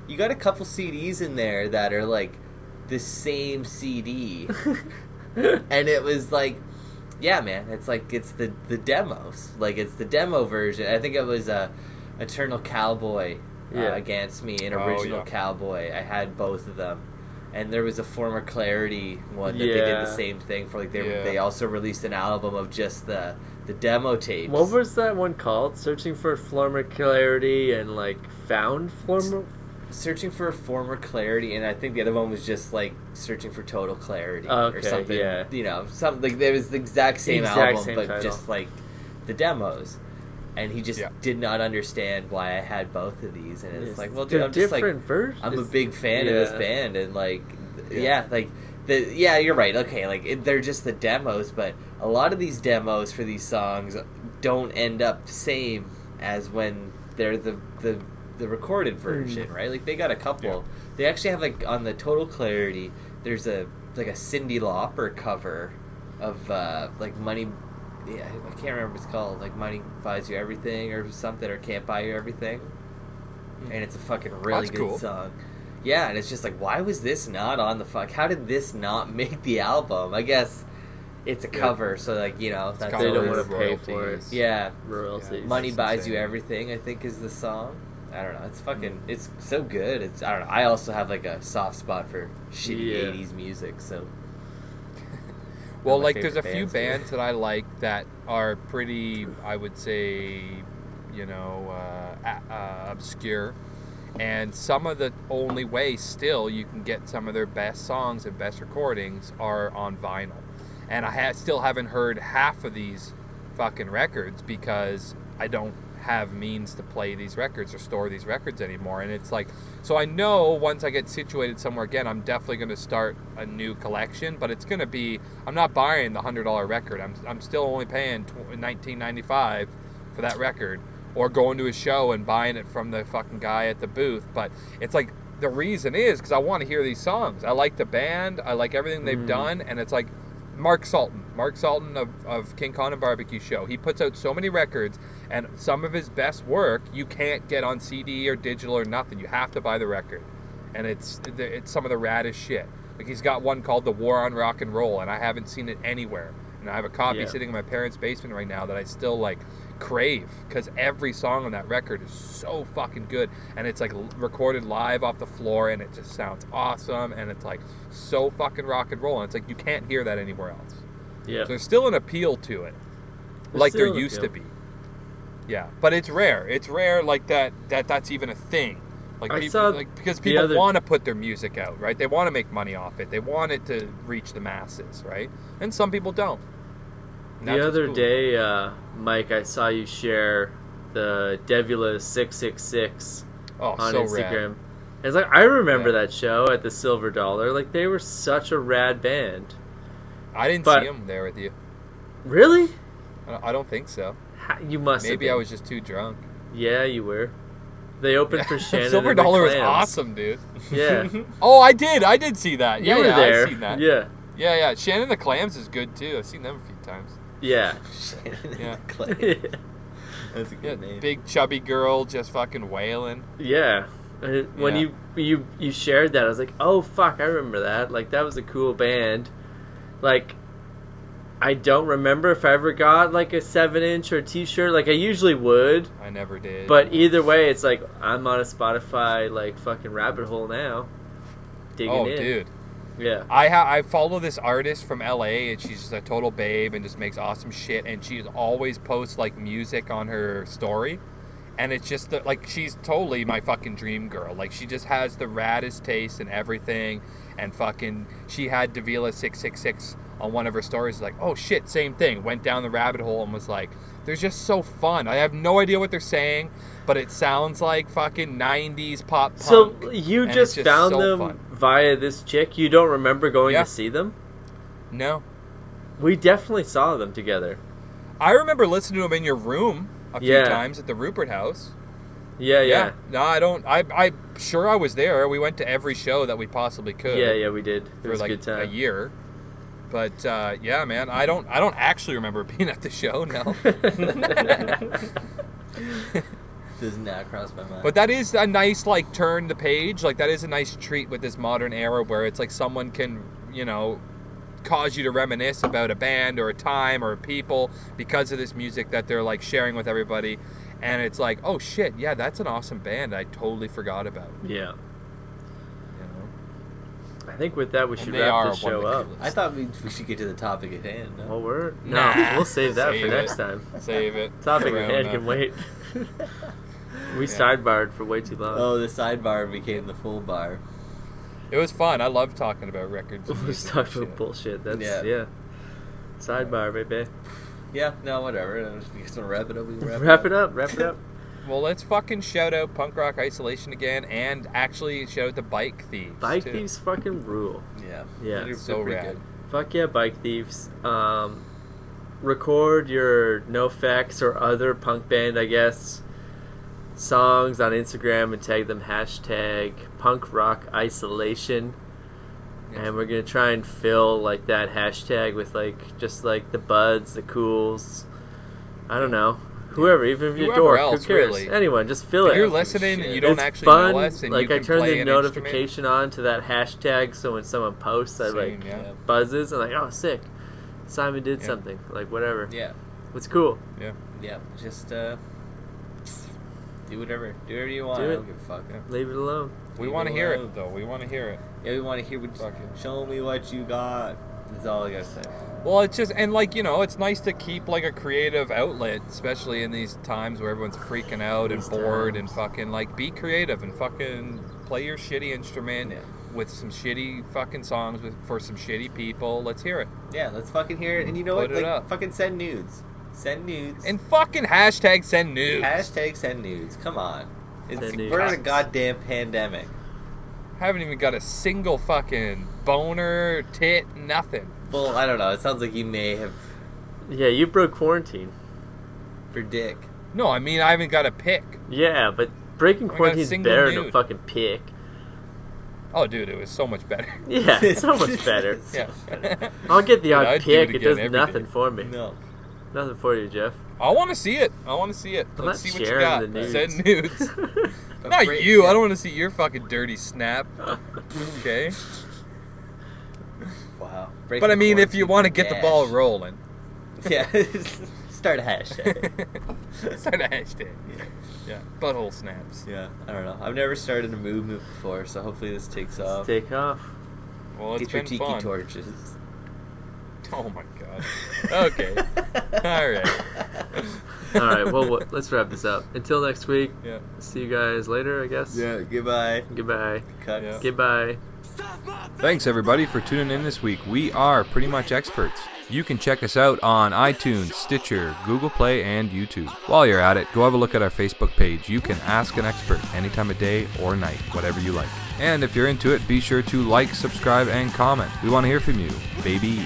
S2: you got a couple CDs in there that are like the same CD, and it was like, yeah, man, it's like it's the the demos, like it's the demo version. I think it was uh, Eternal Cowboy uh,
S3: Yeah.
S2: against me and
S4: Oh,
S2: Original
S4: yeah.
S2: Cowboy. I had both of them. And there was a former Clarity one that they did
S3: Yeah.
S2: the same thing for. Like they
S4: Yeah.
S2: they also released an album of just the the demo tapes.
S3: what was that one called? Searching for clarity and like found former.
S2: searching for a former clarity, and I think the other one was just like searching for total clarity
S3: Okay,
S2: or something.
S3: yeah.
S2: You know, something like there was the exact same
S3: Exact
S2: album,
S3: same
S2: but
S3: title.
S2: just like the demos. And he just
S4: Yeah.
S2: did not understand why I had both of these, and it's like, well, dude,
S3: they're
S2: I'm just like,
S3: different versions.
S2: I'm a big fan of this
S3: Yeah.
S2: band, and like,
S4: Yeah.
S2: yeah, like. The, yeah, you're right. Okay, like it, they're just the demos, but a lot of these demos for these songs don't end up the same as when they're the the, the recorded version, right? Like they got a couple.
S4: Yeah.
S2: They actually have like on the Total Clarity, there's a like a Cindy Lauper cover of uh, like Money. Yeah, I can't remember what it's called. Like Money Buys You Everything or something, or Can't Buy You Everything. And it's a fucking really
S4: That's
S2: good
S4: cool.
S2: song. Yeah, and it's just like, why was this not on the fuck? How did this not make the album? I guess it's a cover, so like you know, that's
S4: got
S3: They don't
S2: always-
S3: want
S4: those
S3: to pay for it.
S4: royalties.
S2: Yeah,
S3: Royalties.
S2: money
S4: It's
S2: buys
S4: insane. Mm.
S2: you everything. I think is the song. I don't know. It's fucking. It's so good. It's. I don't know. I also have like a soft spot for shitty
S3: Yeah.
S2: '80s music. So
S4: well
S2: my
S4: like there's a
S2: favorite
S4: few
S2: bands, dude.
S4: bands that i like that are pretty i would say you know uh, a- uh, obscure and some of the only way still you can get some of their best songs and best recordings are on vinyl and i ha- still haven't heard half of these fucking records because i don't have means to play these records or store these records anymore and it's like so i know once i get situated somewhere again i'm definitely going to start a new collection but it's going to be i'm not buying the $100 record i'm, I'm still only paying tw- 1995 for that record or going to a show and buying it from the fucking guy at the booth. But it's like the reason is because I want to hear these songs. I like the band. I like everything they've done, and it's like Mark Salton, Mark Salton of, of King Kong and Barbecue Show. He puts out so many records, and some of his best work you can't get on CD or digital or nothing. You have to buy the record, and it's it's some of the raddest shit. Like he's got one called "The War on Rock and Roll," and I haven't seen it anywhere. And I have a copy
S3: Yeah.
S4: sitting in my parents' basement right now that I still like crave because every song on that record is so fucking good, and it's like l- recorded live off the floor, and it just sounds awesome, and it's like so fucking rock and roll, and it's like you can't hear that anywhere else.
S3: Yeah.
S4: So there's still an appeal to it,
S3: There's
S4: like there
S3: still an
S4: used to
S3: appeal.
S4: be. Yeah, but it's rare. It's rare, like that. That that's even a thing. Like
S3: I
S4: people,
S3: saw
S4: like because
S3: the
S4: people
S3: other-
S4: want to put their music out, right? They want to make money off it. They want it to reach the masses, right? And some people don't. And that's
S3: The
S4: what's
S3: other
S4: cool.
S3: day, uh, Mike, I saw you share the Devula six six six
S4: oh,
S3: on
S4: so rad.
S3: Instagram. It's like I remember
S4: Yeah.
S3: that show at the Silver Dollar. Like they were such a rad band.
S4: I didn't
S3: But-
S4: see him there with you.
S3: Really?
S4: I don't- I don't think so.
S3: Ha- You must. have
S4: Maybe
S3: been.
S4: I was just too drunk.
S3: Yeah, you were. They opened for Shannon.
S4: Silver
S3: and the
S4: Dollar was
S3: Clams.
S4: awesome, dude.
S3: Yeah,
S4: Oh, I did. I did see that.
S3: you
S4: yeah,
S3: were
S4: yeah,
S3: there.
S4: I've seen that.
S3: Yeah,
S4: Yeah, yeah. Shannon the Clams is good too. I've seen them a few times.
S3: yeah.
S4: Yeah.
S2: Clay. That's a
S4: Yeah,
S2: good name.
S4: big chubby girl just fucking wailing.
S3: Yeah. And When
S4: Yeah.
S3: you you you shared that, I was like, "Oh fuck, I remember that. Like that was a cool band." Like I don't remember if I ever got like a 7-inch or a t-shirt like I usually would,
S4: I never did.
S3: but either way, it's like I'm on a Spotify like fucking rabbit hole now. Digging
S4: oh,
S3: in.
S4: dude,
S3: Yeah.
S4: I ha- I follow this artist from LA, and she's just a total babe and just makes awesome shit. And she always posts like music on her story, and it's just the, like she's totally my fucking dream girl. Like she just has the raddest taste in everything, and fucking she had Davila six six six on one of her stories. Like oh shit, same thing. Went down the rabbit hole and was like, they're just so fun. I have no idea what they're saying, but it sounds like fucking '90s pop punk.
S3: So you
S4: and
S3: just,
S4: it's just
S3: found
S4: so
S3: them
S4: fun.
S3: via this chick. You don't remember going
S4: Yeah.
S3: to see them?
S4: no.
S3: We definitely saw them together.
S4: I remember listening to him in your room a few
S3: Yeah.
S4: times at the Rupert House.
S3: Yeah, yeah.
S4: No, I don't. I, I'm sure I was there. We went to every show that we possibly could.
S3: Yeah, yeah, we did. It
S4: For
S3: was
S4: like
S3: a good
S4: a
S3: time.
S4: year. But uh, yeah, man, I don't. I don't actually remember being at the show. No.
S2: Does not cross my mind.
S4: But that is a nice like turn the page. Like that is a nice treat with this modern era where it's like someone can, you know, cause you to reminisce about a band or a time or people because of this music that they're like sharing with everybody. And it's like, oh shit, yeah, that's an awesome band I totally forgot about.
S3: yeah.
S4: You know?
S3: I think with that we should
S4: And they
S3: wrap
S4: are
S3: this
S4: one of
S3: show
S4: the
S3: up.
S4: coolest.
S2: I thought we, we should get to the topic at hand. No?
S3: Well, we're no,
S4: Nah.
S3: we'll save that for
S4: Save
S3: next
S4: it.
S3: time.
S4: Save it.
S3: Topic at hand
S4: Corona.
S3: can wait. we sidebarred for way too long.
S2: Oh, the sidebar became the full bar.
S4: It was fun. I love talking about records. and
S3: we
S4: music
S3: talked
S4: and
S3: about
S4: shit.
S3: bullshit. That's yeah.
S2: Yeah.
S3: Sidebar, baby.
S2: Yeah, no, whatever. If you guys want to wrap it up, we can wrap,
S3: Wrap it up. Wrap it up.
S4: Well, let's fucking shout out Punk Rock Isolation again, and actually shout out the Bike Thieves.
S3: Bike
S4: too.
S3: thieves fucking rule.
S2: Yeah.
S3: Yeah.
S2: They're
S4: So
S2: pretty
S4: rad.
S2: good.
S3: Fuck yeah, bike thieves. Um, record your NoFX or other punk band, I guess, songs on Instagram and tag them hashtag punk rock isolation.
S4: Yeah.
S3: And we're gonna try and fill like that hashtag with like just like the buds, the cools. I don't know, whoever, even if you're a
S4: Whoever
S3: dork,
S4: else,
S3: who cares?
S4: really.
S3: Anyone, just fill
S4: If
S3: it.
S4: you're listening
S2: shit.
S4: and you don't
S3: It's
S4: actually
S3: fun.
S4: know us, and
S3: like
S4: you can
S3: I turn
S4: play
S3: the
S4: an
S3: notification on to that hashtag, so when someone posts, I like
S4: instrument, same, yeah.
S3: buzzes and like, oh, sick. Simon did
S4: Yeah.
S3: something. Like whatever.
S2: Yeah.
S3: It's cool.
S2: Yeah. Just uh, do whatever. Do whatever you want.
S3: Do
S2: I
S3: it.
S2: don't give a fuck.
S4: Yeah.
S3: Leave it alone.
S4: We
S2: You
S4: want to
S2: know
S4: hear
S2: what?
S4: it though. We want to hear it.
S2: Yeah, we want to hear what
S4: Fuck it.
S2: Show me what you got. That's all I gotta say.
S4: Well, it's just and like you know, it's nice to keep like a creative outlet, especially in these times where everyone's freaking out and
S3: These
S4: bored and fucking like be creative and fucking play your shitty instrument
S2: Yeah.
S4: with some shitty fucking songs with, for some shitty people. Let's hear it
S2: Yeah, let's fucking hear it. And you know
S4: Put
S2: what?
S4: it
S2: Like,
S4: up.
S2: fucking send nudes. Send nudes.
S4: and fucking hashtag send news.
S2: hashtag send nudes. Come on. It's,
S3: Send nudes.
S2: we're in a goddamn pandemic.
S4: Haven't even got a single fucking boner, tit, nothing.
S2: Well, I don't know. It sounds like you may have
S3: Yeah, you broke quarantine.
S2: for dick.
S4: No, I mean I haven't got a pick.
S3: Yeah, but breaking
S4: got a
S3: quarantine's
S4: single
S3: better than a
S4: nude.
S3: fucking pick.
S4: Oh, dude, it was so much better.
S3: Yeah, it's so much better.
S4: Yeah.
S3: I'll get the
S4: Dude,
S3: odd
S4: I'd do
S3: pick.
S4: it
S3: It,
S4: again
S3: does
S4: every
S3: nothing
S4: day.
S3: for me.
S2: No.
S3: Nothing for you, Jeff.
S4: I want to see it. I want to see it.
S3: I'm
S4: Let's
S3: not
S4: see what you
S3: sharing
S4: got.
S3: the nudes.
S4: Send nudes.
S2: But
S4: Not
S2: break-
S4: Uh, you. I don't want to see your fucking dirty snap. Okay.
S2: break
S4: But I
S2: the
S4: mean, if you
S2: quarantine
S4: want to get the
S2: dash.
S4: ball rolling,
S2: yeah, start a hashtag.
S4: it's an hashtag. Yeah, butthole snaps.
S2: yeah, I don't know. I've never started a movement before, so hopefully this takes off.
S3: Take off.
S4: Well, it's
S2: Get your
S4: been
S2: tiki
S4: fun.
S2: torches.
S4: Oh my god. Okay. All right.
S3: All right. Well, what, let's wrap this up. Until next week.
S4: Yeah.
S3: See you guys later. I guess.
S2: Yeah. Goodbye.
S3: Goodbye.
S2: Cucks.
S4: Yeah.
S3: Goodbye.
S4: Thanks, everybody, for tuning in this week. We are Pretty Much Experts. You can check us out on iTunes, Stitcher, Google Play, and YouTube. While you're at it, go have a look at our Facebook page. You can ask an expert any time of day or night, whatever you like. And if you're into it, be sure to like, subscribe, and comment. We want to hear from you, baby.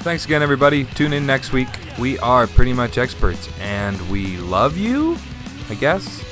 S4: Thanks again, everybody. Tune in next week. We are Pretty Much Experts, and we love you, I guess.